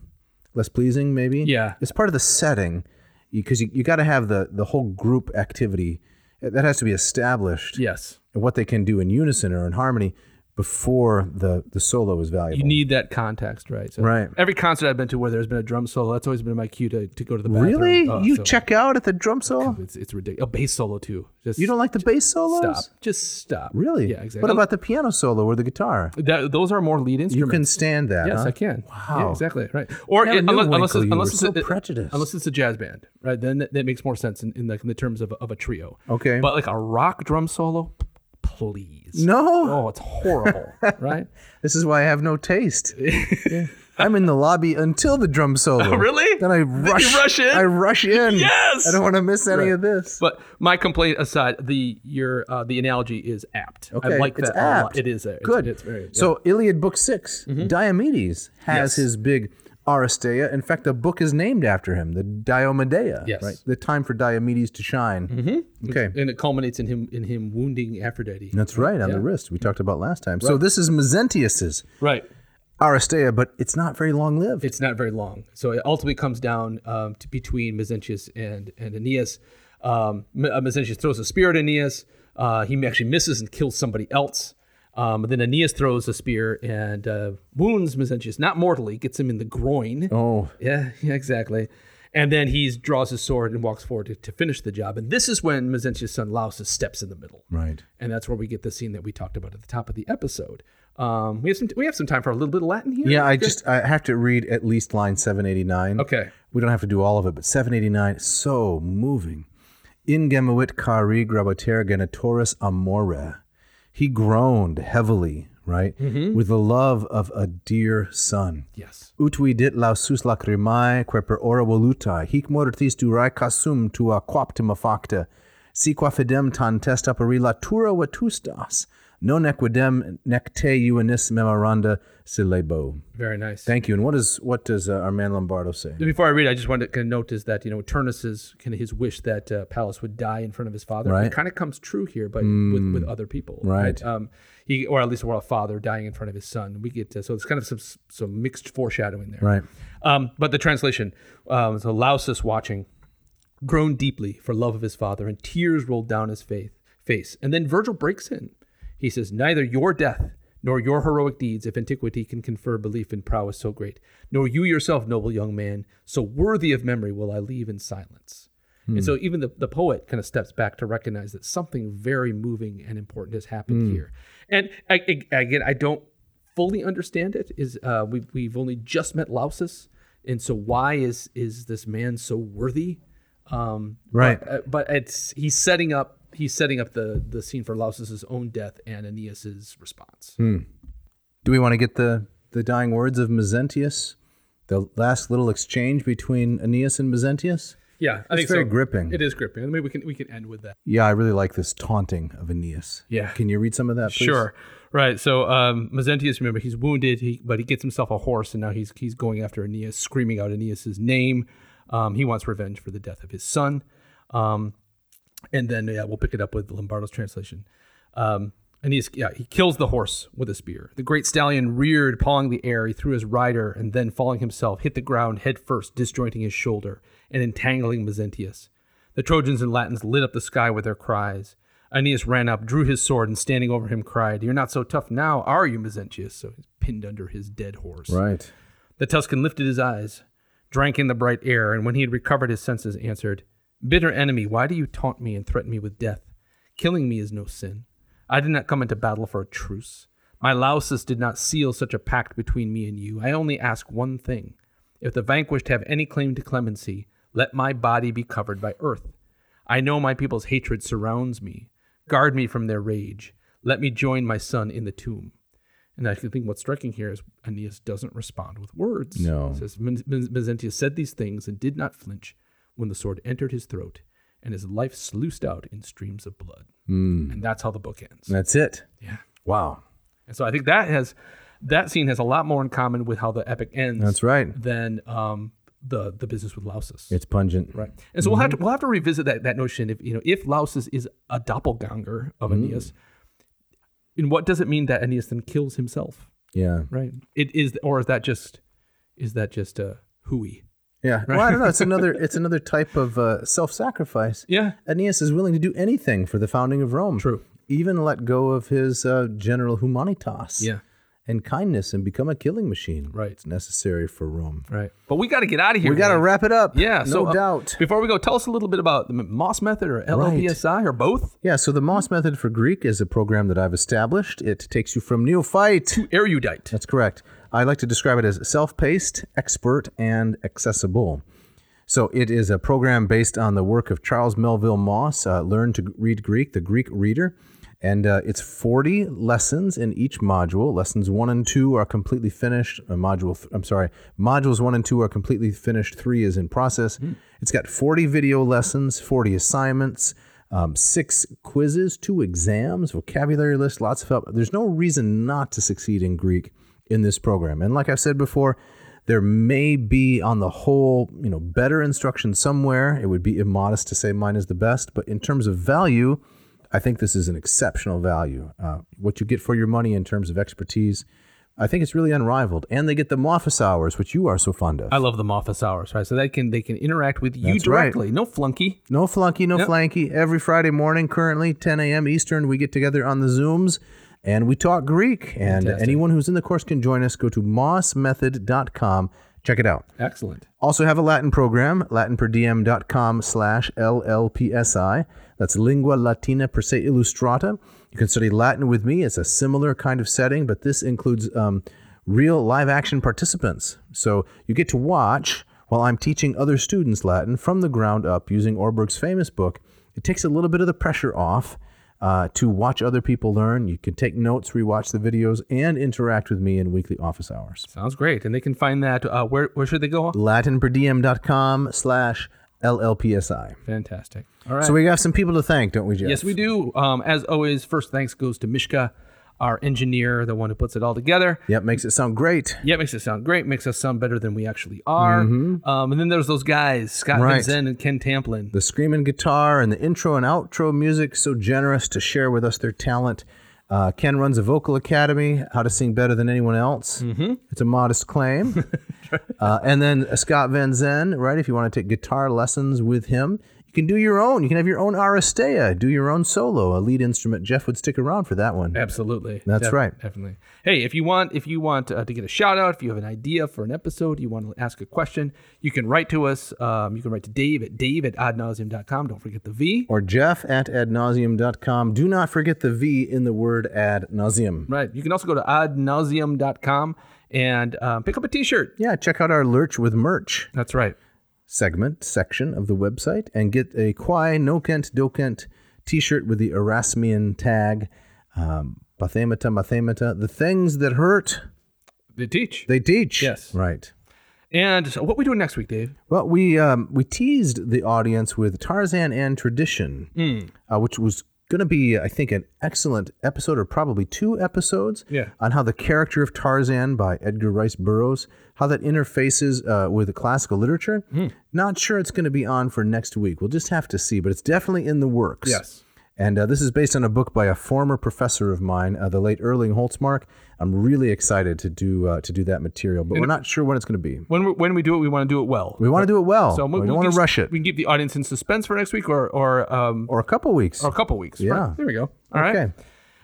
A: less pleasing, maybe.
B: Yeah.
A: it's part of the setting because you, you got to have the the whole group activity uh, that has to be established
B: Yes.
A: and what they can do in unison or in harmony before the the solo is valuable.
B: You need that context, right? So
A: Right.
B: Every concert I've been to where there's been a drum solo, that's always been my cue to, to go to the bathroom.
A: Really?
B: Oh,
A: you
B: so
A: check out at the drum solo?
B: It's, it's ridiculous. A bass solo too. Just
A: You don't like the bass solos?
B: stop. Just stop.
A: Really?
B: Yeah. Exactly.
A: What about the piano solo or the guitar?
B: that, those are more lead
A: You
B: instruments.
A: can stand that.
B: Yes,
A: huh?
B: I can.
A: Wow.
B: Yeah, exactly. Right. Or
A: Never
B: it-
A: knew,
B: unless, unless,
A: Winkle,
B: it's,
A: you
B: unless
A: were
B: it's
A: so
B: a,
A: prejudiced.
B: unless it's a jazz band, right? Then that, that makes more sense in, in like in the terms of, a- of a trio.
A: Okay.
B: But like a rock drum solo, please.
A: no,
B: Oh, it's horrible, [LAUGHS] right?
A: this is why I have no
B: [LAUGHS]
A: taste. Yeah. I'm in the lobby until the drum solo.
B: really?
A: Then I
B: Then you
A: rush.
B: rush in?
A: I rush in.
B: Yes!
A: I don't want to miss any of this.
B: But my complaint aside, the your uh, the analogy is apt.
A: Okay,
B: I like
A: it's
B: that a
A: apt.
B: lot. It is a, it's,
A: Good.
B: It's very Mm-hmm.
A: so Iliad book 6 Diomedes has
B: Yes.
A: his big Aristea. In fact, the book is named after him, the Diomedea.
B: Yes.
A: Right. The time for Diomedes to shine. Mm-hmm. Okay.
B: yeah. and it culminates in him in him wounding Aphrodite.
A: That's right, on the wrist. We talked about last time. So this is Mezentius's
B: Right.
A: Aristea, but it's not very long lived.
B: it's not very long. So it ultimately comes down um, to between Mezentius and, and Aeneas. Um, Me- uh, Mezentius throws a spear at Aeneas. Uh, he actually misses and kills somebody else. Um, then Aeneas throws a spear and uh, wounds Mezentius, not mortally, gets him in the groin.
A: Oh,
B: Yeah, [LAUGHS] yeah, exactly. And then he draws his sword and walks forward to, to finish the job. And this is when Mezentius' son Lausus steps in the middle.
A: right.
B: And that's where we get the scene that we talked about at the top of the episode. Um, we have some we have some time for a little bit of Latin here.
A: Yeah, I just I have to read at least line 789.
B: okay.
A: We don't have to do all of it, but 789 is so moving. Ingemuit cari grabataire genitoris amore. He groaned heavily, right? With the love of a dear son.
B: Yes.
A: Utvi dit lausus lacrimae, quae per ora volutae, hic mortis durae casum tua quoptima facta, si qua fidem tan testa perilatura vetustas, non equidem nec te uinis memoranda syllabo.
B: Very nice.
A: Thank you. And what is what does uh, our man Lombardo say?
B: Before I read, I just wanted to kind of note is that you know Turnus's kind of his wish that uh, Pallas would die in front of his father.
A: Right. Mm.
B: It kind of comes true here, but with, with other people.
A: Right.
B: Um, he or at least well, a father dying in front of his son. We get uh, so it's kind of some some mixed foreshadowing there.
A: Right.
B: Um, but the translation. Um, so Lausus watching, groaned deeply for love of his father, and tears rolled down his faith, face. And then Virgil breaks in. He says, Neither your death nor your heroic deeds, if antiquity can confer belief in prowess so great, nor you yourself, noble young man, so worthy of memory, will I leave in silence. And
A: Hmm.
B: so even the, the poet kind of steps back to recognize that something very moving and important has happened
A: Hmm.
B: here. And I, I- again, I don't fully understand it is uh, we, we've only just met Lausus. And so why is, is this man so worthy? Um,
A: Right.
B: uh, but it's he's setting up he's setting up the the scene for Lausus's own death and Aeneas's response.
A: Hmm. Do we want to get the the dying words of Mezentius? The last little exchange between Aeneas and Mezentius?
B: Yeah, I
A: It's very gripping.
B: It is gripping. Maybe we can we can end with that.
A: Yeah, I really like this taunting of Aeneas.
B: Yeah.
A: Can you read some of that, please?
B: Sure. Right. So um, Mezentius, remember, he's wounded, he, but he gets himself a horse, and now he's he's going after Aeneas, screaming out Aeneas's name. Um, he wants revenge for the death of his son. Um, and then yeah, we'll pick it up with Lombardo's translation. Um, and he's yeah, he kills the horse with a spear. The great stallion reared, pawing the air. He threw his rider, and then falling himself, hit the ground head first, disjointing his shoulder and entangling Mezentius. The Trojans and Latins lit up the sky with their cries. Aeneas ran up, drew his sword, and standing over him cried, "You're not so tough now, are you, Mezentius?" So he's pinned under his dead horse.
A: Right.
B: The Tuscan lifted his eyes, drank in the bright air, and when he had recovered his senses, answered, Bitter enemy, why do you taunt me and threaten me with death? Killing me is no sin. I did not come into battle for a truce. My Lausus did not seal such a pact between me and you. I only ask one thing. If the vanquished have any claim to clemency, let my body be covered by earth. I know my people's hatred surrounds me. Guard me from their rage. Let me join my son in the tomb. And I think what's striking here is Aeneas doesn't respond with words.
A: No.
B: It says "Men- Men- Mezentius said these things and did not flinch when the sword entered his throat and his life sluiced out in streams of blood.
A: Hmm.
B: And that's how the book ends.
A: That's it.
B: Yeah.
A: Wow.
B: And so I think that has that scene has a lot more in common with how the epic ends
A: That's right.
B: than um, the the business with Lausus.
A: It's Mm-hmm. pungent.
B: Right. And so we'll have to we'll have to revisit that that notion if you know if Lausus is a doppelganger of
A: Mm-hmm.
B: Aeneas, and what does it mean that Aeneas then kills himself?
A: Yeah.
B: Right. It is or is that just is that just a hooey?
A: Yeah. Well, I don't know. It's another it's another type of uh, self-sacrifice.
B: Yeah.
A: Aeneas is willing to do anything for the founding of Rome.
B: True.
A: Even let go of his uh, general humanitas
B: Yeah.
A: and kindness and become a killing machine.
B: Right.
A: It's necessary for Rome.
B: Right. But we got to get out of here.
A: We got to
B: man.
A: wrap it up.
B: Yeah.
A: No
B: so, uh,
A: doubt.
B: Before we go, tell us a little bit about the Moss method or LLPSI or both.
A: Yeah, so the Moss Method for Greek is a program that I've established. It takes you from neophyte.
B: Erudite.
A: That's correct. I like to describe it as self paced, expert, and accessible. So it is a program based on the work of Charles Melville Moss, uh, Learn to Read Greek, the Greek Reader. And uh, it's 40 lessons in each module. Lessons one and two are completely finished. Uh, module, th- I'm sorry, modules one and two are completely finished. Three is in process. It's got 40 video lessons, 40 assignments, um, six quizzes, two exams, vocabulary list, lots of help. There's no reason not to succeed in Greek in this program. And like I've said before, there may be on the whole, you know, better instruction somewhere. It would be immodest to say mine is the best, but in terms of value, I think this is an exceptional value. Uh, what you get for your money in terms of expertise, I think it's really unrivaled. And they get the office hours, which you are so fond of.
B: I love the Moffus hours, right? So they can they can interact with you
A: That's right.
B: directly. No flunky.
A: No flunky, no
B: Yep.
A: flanky. Every Friday morning, currently 10 a.m. Eastern, we get together on the Zooms and we talk Greek. And
B: Fantastic.
A: anyone who's in the course can join us. Go to mossmethod.com. Check it out.
B: Excellent.
A: Also have a Latin program, latinperdiem.com slash LLPSI. That's Lingua Latina per se illustrata. You can study Latin with me. It's a similar kind of setting, but this includes um, real live action participants. So you get to watch while I'm teaching other students Latin from the ground up using Orberg's famous book. It takes a little bit of the pressure off uh, to watch other people learn. You can take notes, rewatch the videos, and interact with me in weekly office hours
B: Sounds great. And they can find that uh, where where should they go?
A: latinperdiem.com slash LLPSI.
B: Fantastic. All right.
A: So we got some people to thank, don't we, Jeff?
B: Yes, we do. Um, as always, first thanks goes to Mishka, our engineer, the one who puts it all together.
A: Yep, makes it sound great.
B: Yeah, it makes it sound great, makes us sound better than we actually are. Um, and then there's those guys, Scott
A: Mm-hmm. Right.
B: Vincent and Ken Tamplin.
A: The screaming guitar and the intro and outro music, so generous to share with us their talent. Uh, Ken runs a vocal academy, How to Sing Better Than Anyone Else. Mm-hmm. It's a modest
B: [LAUGHS]
A: claim. uh, and then Scott Van Zen, right? If you want to take guitar lessons with him, you can do your own. You can have your own Aristea, do your own solo, a lead instrument. Jeff would stick around for that one.
B: Absolutely.
A: That's right.
B: Definitely. Hey, if you want if you want uh, to get a shout out, if you have an idea for an episode, you want to ask a question, you can write to us. Um, you can write to Dave at dave at oddnauseum.com. Don't forget the V.
A: Or Jeff at adnauseum.com. Do not forget the V in the word ad nauseum.
B: Right. You can also go to oddnauseum.com and um, pick up a t shirt.
A: Yeah, check out our Lurch with merch.
B: That's right.
A: segment section of the website and get a Kwai No Kent Do Kent t shirt with the Erasmian tag. Um, Bathemata, Mathemata, the things that hurt,
B: They teach.
A: they teach.
B: Yes.
A: Right.
B: And so what we doing next week, Dave?
A: Well, we um, we teased the audience with Tarzan and Tradition,
B: Hmm.
A: uh, which was going to be, I think, an excellent episode or probably two episodes
B: Yeah.
A: on how the character of Tarzan by Edgar Rice Burroughs, how that interfaces uh, with the classical literature.
B: Hmm.
A: Not sure it's going to be on for next week. We'll just have to see, but it's definitely in the works.
B: Yes.
A: And uh, this is based on a book by a former professor of mine, uh, the late Erling Holtzmark. I'm really excited to do uh, to do that material, but we're not sure when it's going to be.
B: When we, when we do it, we want to do it well.
A: We want to do it well.
B: So
A: we,
B: we
A: don't want
B: can-
A: to rush it.
B: We can keep the audience in suspense for next week or or um
A: or a couple weeks.
B: or a couple weeks.
A: Yeah.
B: Right. There we go. All right.
A: Okay.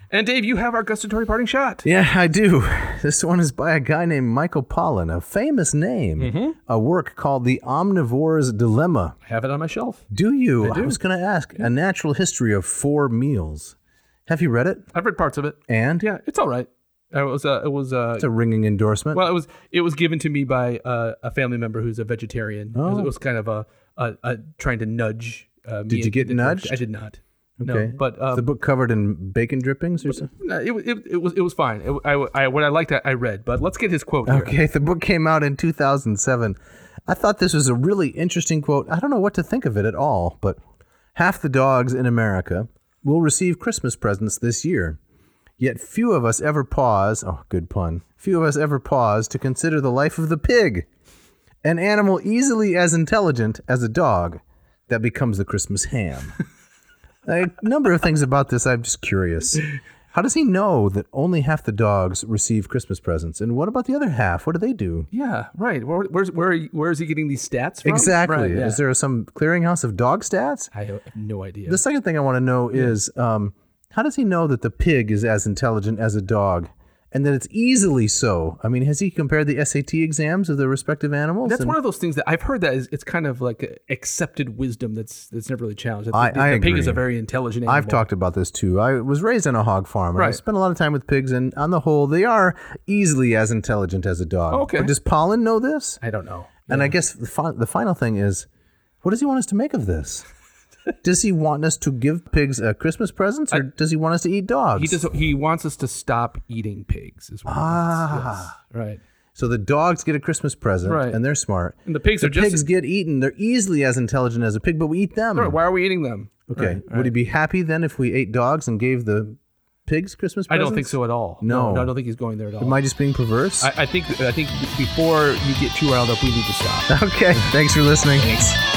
B: And Dave, you have our gustatory parting shot.
A: Yeah, I do. This one is by a guy named Michael Pollan, a famous name.
B: Mm-hmm.
A: A work called The Omnivore's Dilemma.
B: I have it on my shelf.
A: Do you? I, was going to ask. A natural history of four meals. Have you read it?
B: I've read parts of it.
A: And
B: Yeah, it's all right. It was uh, it was uh
A: it's a ringing endorsement.
B: well, it was it was given to me by uh, a family member who's a vegetarian. It was- It was kind of a, a, a trying to nudge. Uh, did
A: Oh. you get nudged?
B: I did not.
A: Okay.
B: No, but
A: Is the
B: um,
A: book covered in bacon drippings or something?
B: no, it, wa- it, it was it was fine. It, wa- I, wa- I what I liked I, I read, but let's get his quote. here.
A: Okay, [LAUGHS] the book came out in 2007. I thought this was a really interesting quote. I don't know what to think of it at all, but half the dogs in America will receive Christmas presents this year. Yet few of us ever pause, oh, good pun, few of us ever pause to consider the life of the pig, an animal easily as intelligent as a dog that becomes the Christmas ham. [LAUGHS] a number of things about this I'm just curious. How does he know that only half the dogs receive Christmas presents? And what about the other half? What do they do?
B: Yeah, right. Where, where's where are you- where is he getting these stats from?
A: Exactly.
B: Right, yeah.
A: Is there some clearinghouse of dog stats?
B: I have no idea.
A: The second thing I want to know is um, how does he know that the pig is as intelligent as a dog and that it's easily so? I mean, has he compared the SAT exams of the respective animals?
B: that's
A: And-
B: one of those things that I've heard that is it's kind of like a accepted wisdom that's that's never really challenged.
A: I-
B: the,
A: I
B: the pig is
A: agree.
B: a very intelligent animal.
A: I've talked about this too. I was raised on a hog farm. And I
B: Right.
A: spent a lot of time with pigs, and on the whole, they are easily as intelligent as a dog.
B: Okay.
A: But does Pollen know this?
B: I don't know.
A: And I guess the, fi- the final thing is, what does he want us to make of this? does he want us to give pigs uh, Christmas presents, or does he want us to eat dogs?
B: He just he wants us to stop eating pigs. Is what he wants.
A: Ah.
B: Yes. right.
A: so the dogs get a Christmas present,
B: Right.
A: and they're smart.
B: And the pigs
A: The
B: are just.
A: pigs get eaten. They're easily as intelligent as a pig, but we eat them.
B: Why are we eating them?
A: Okay.
B: Right,
A: Would he
B: right.
A: be happy then if we ate dogs and gave the pigs Christmas
B: I
A: presents?
B: don't think so at all.
A: No.
B: I don't think he's going there at all.
A: Am I just being perverse?
B: I, I think I think before you get too riled up, we need to
A: [LAUGHS]
B: stop.
A: okay. Thanks for listening.
B: Thanks.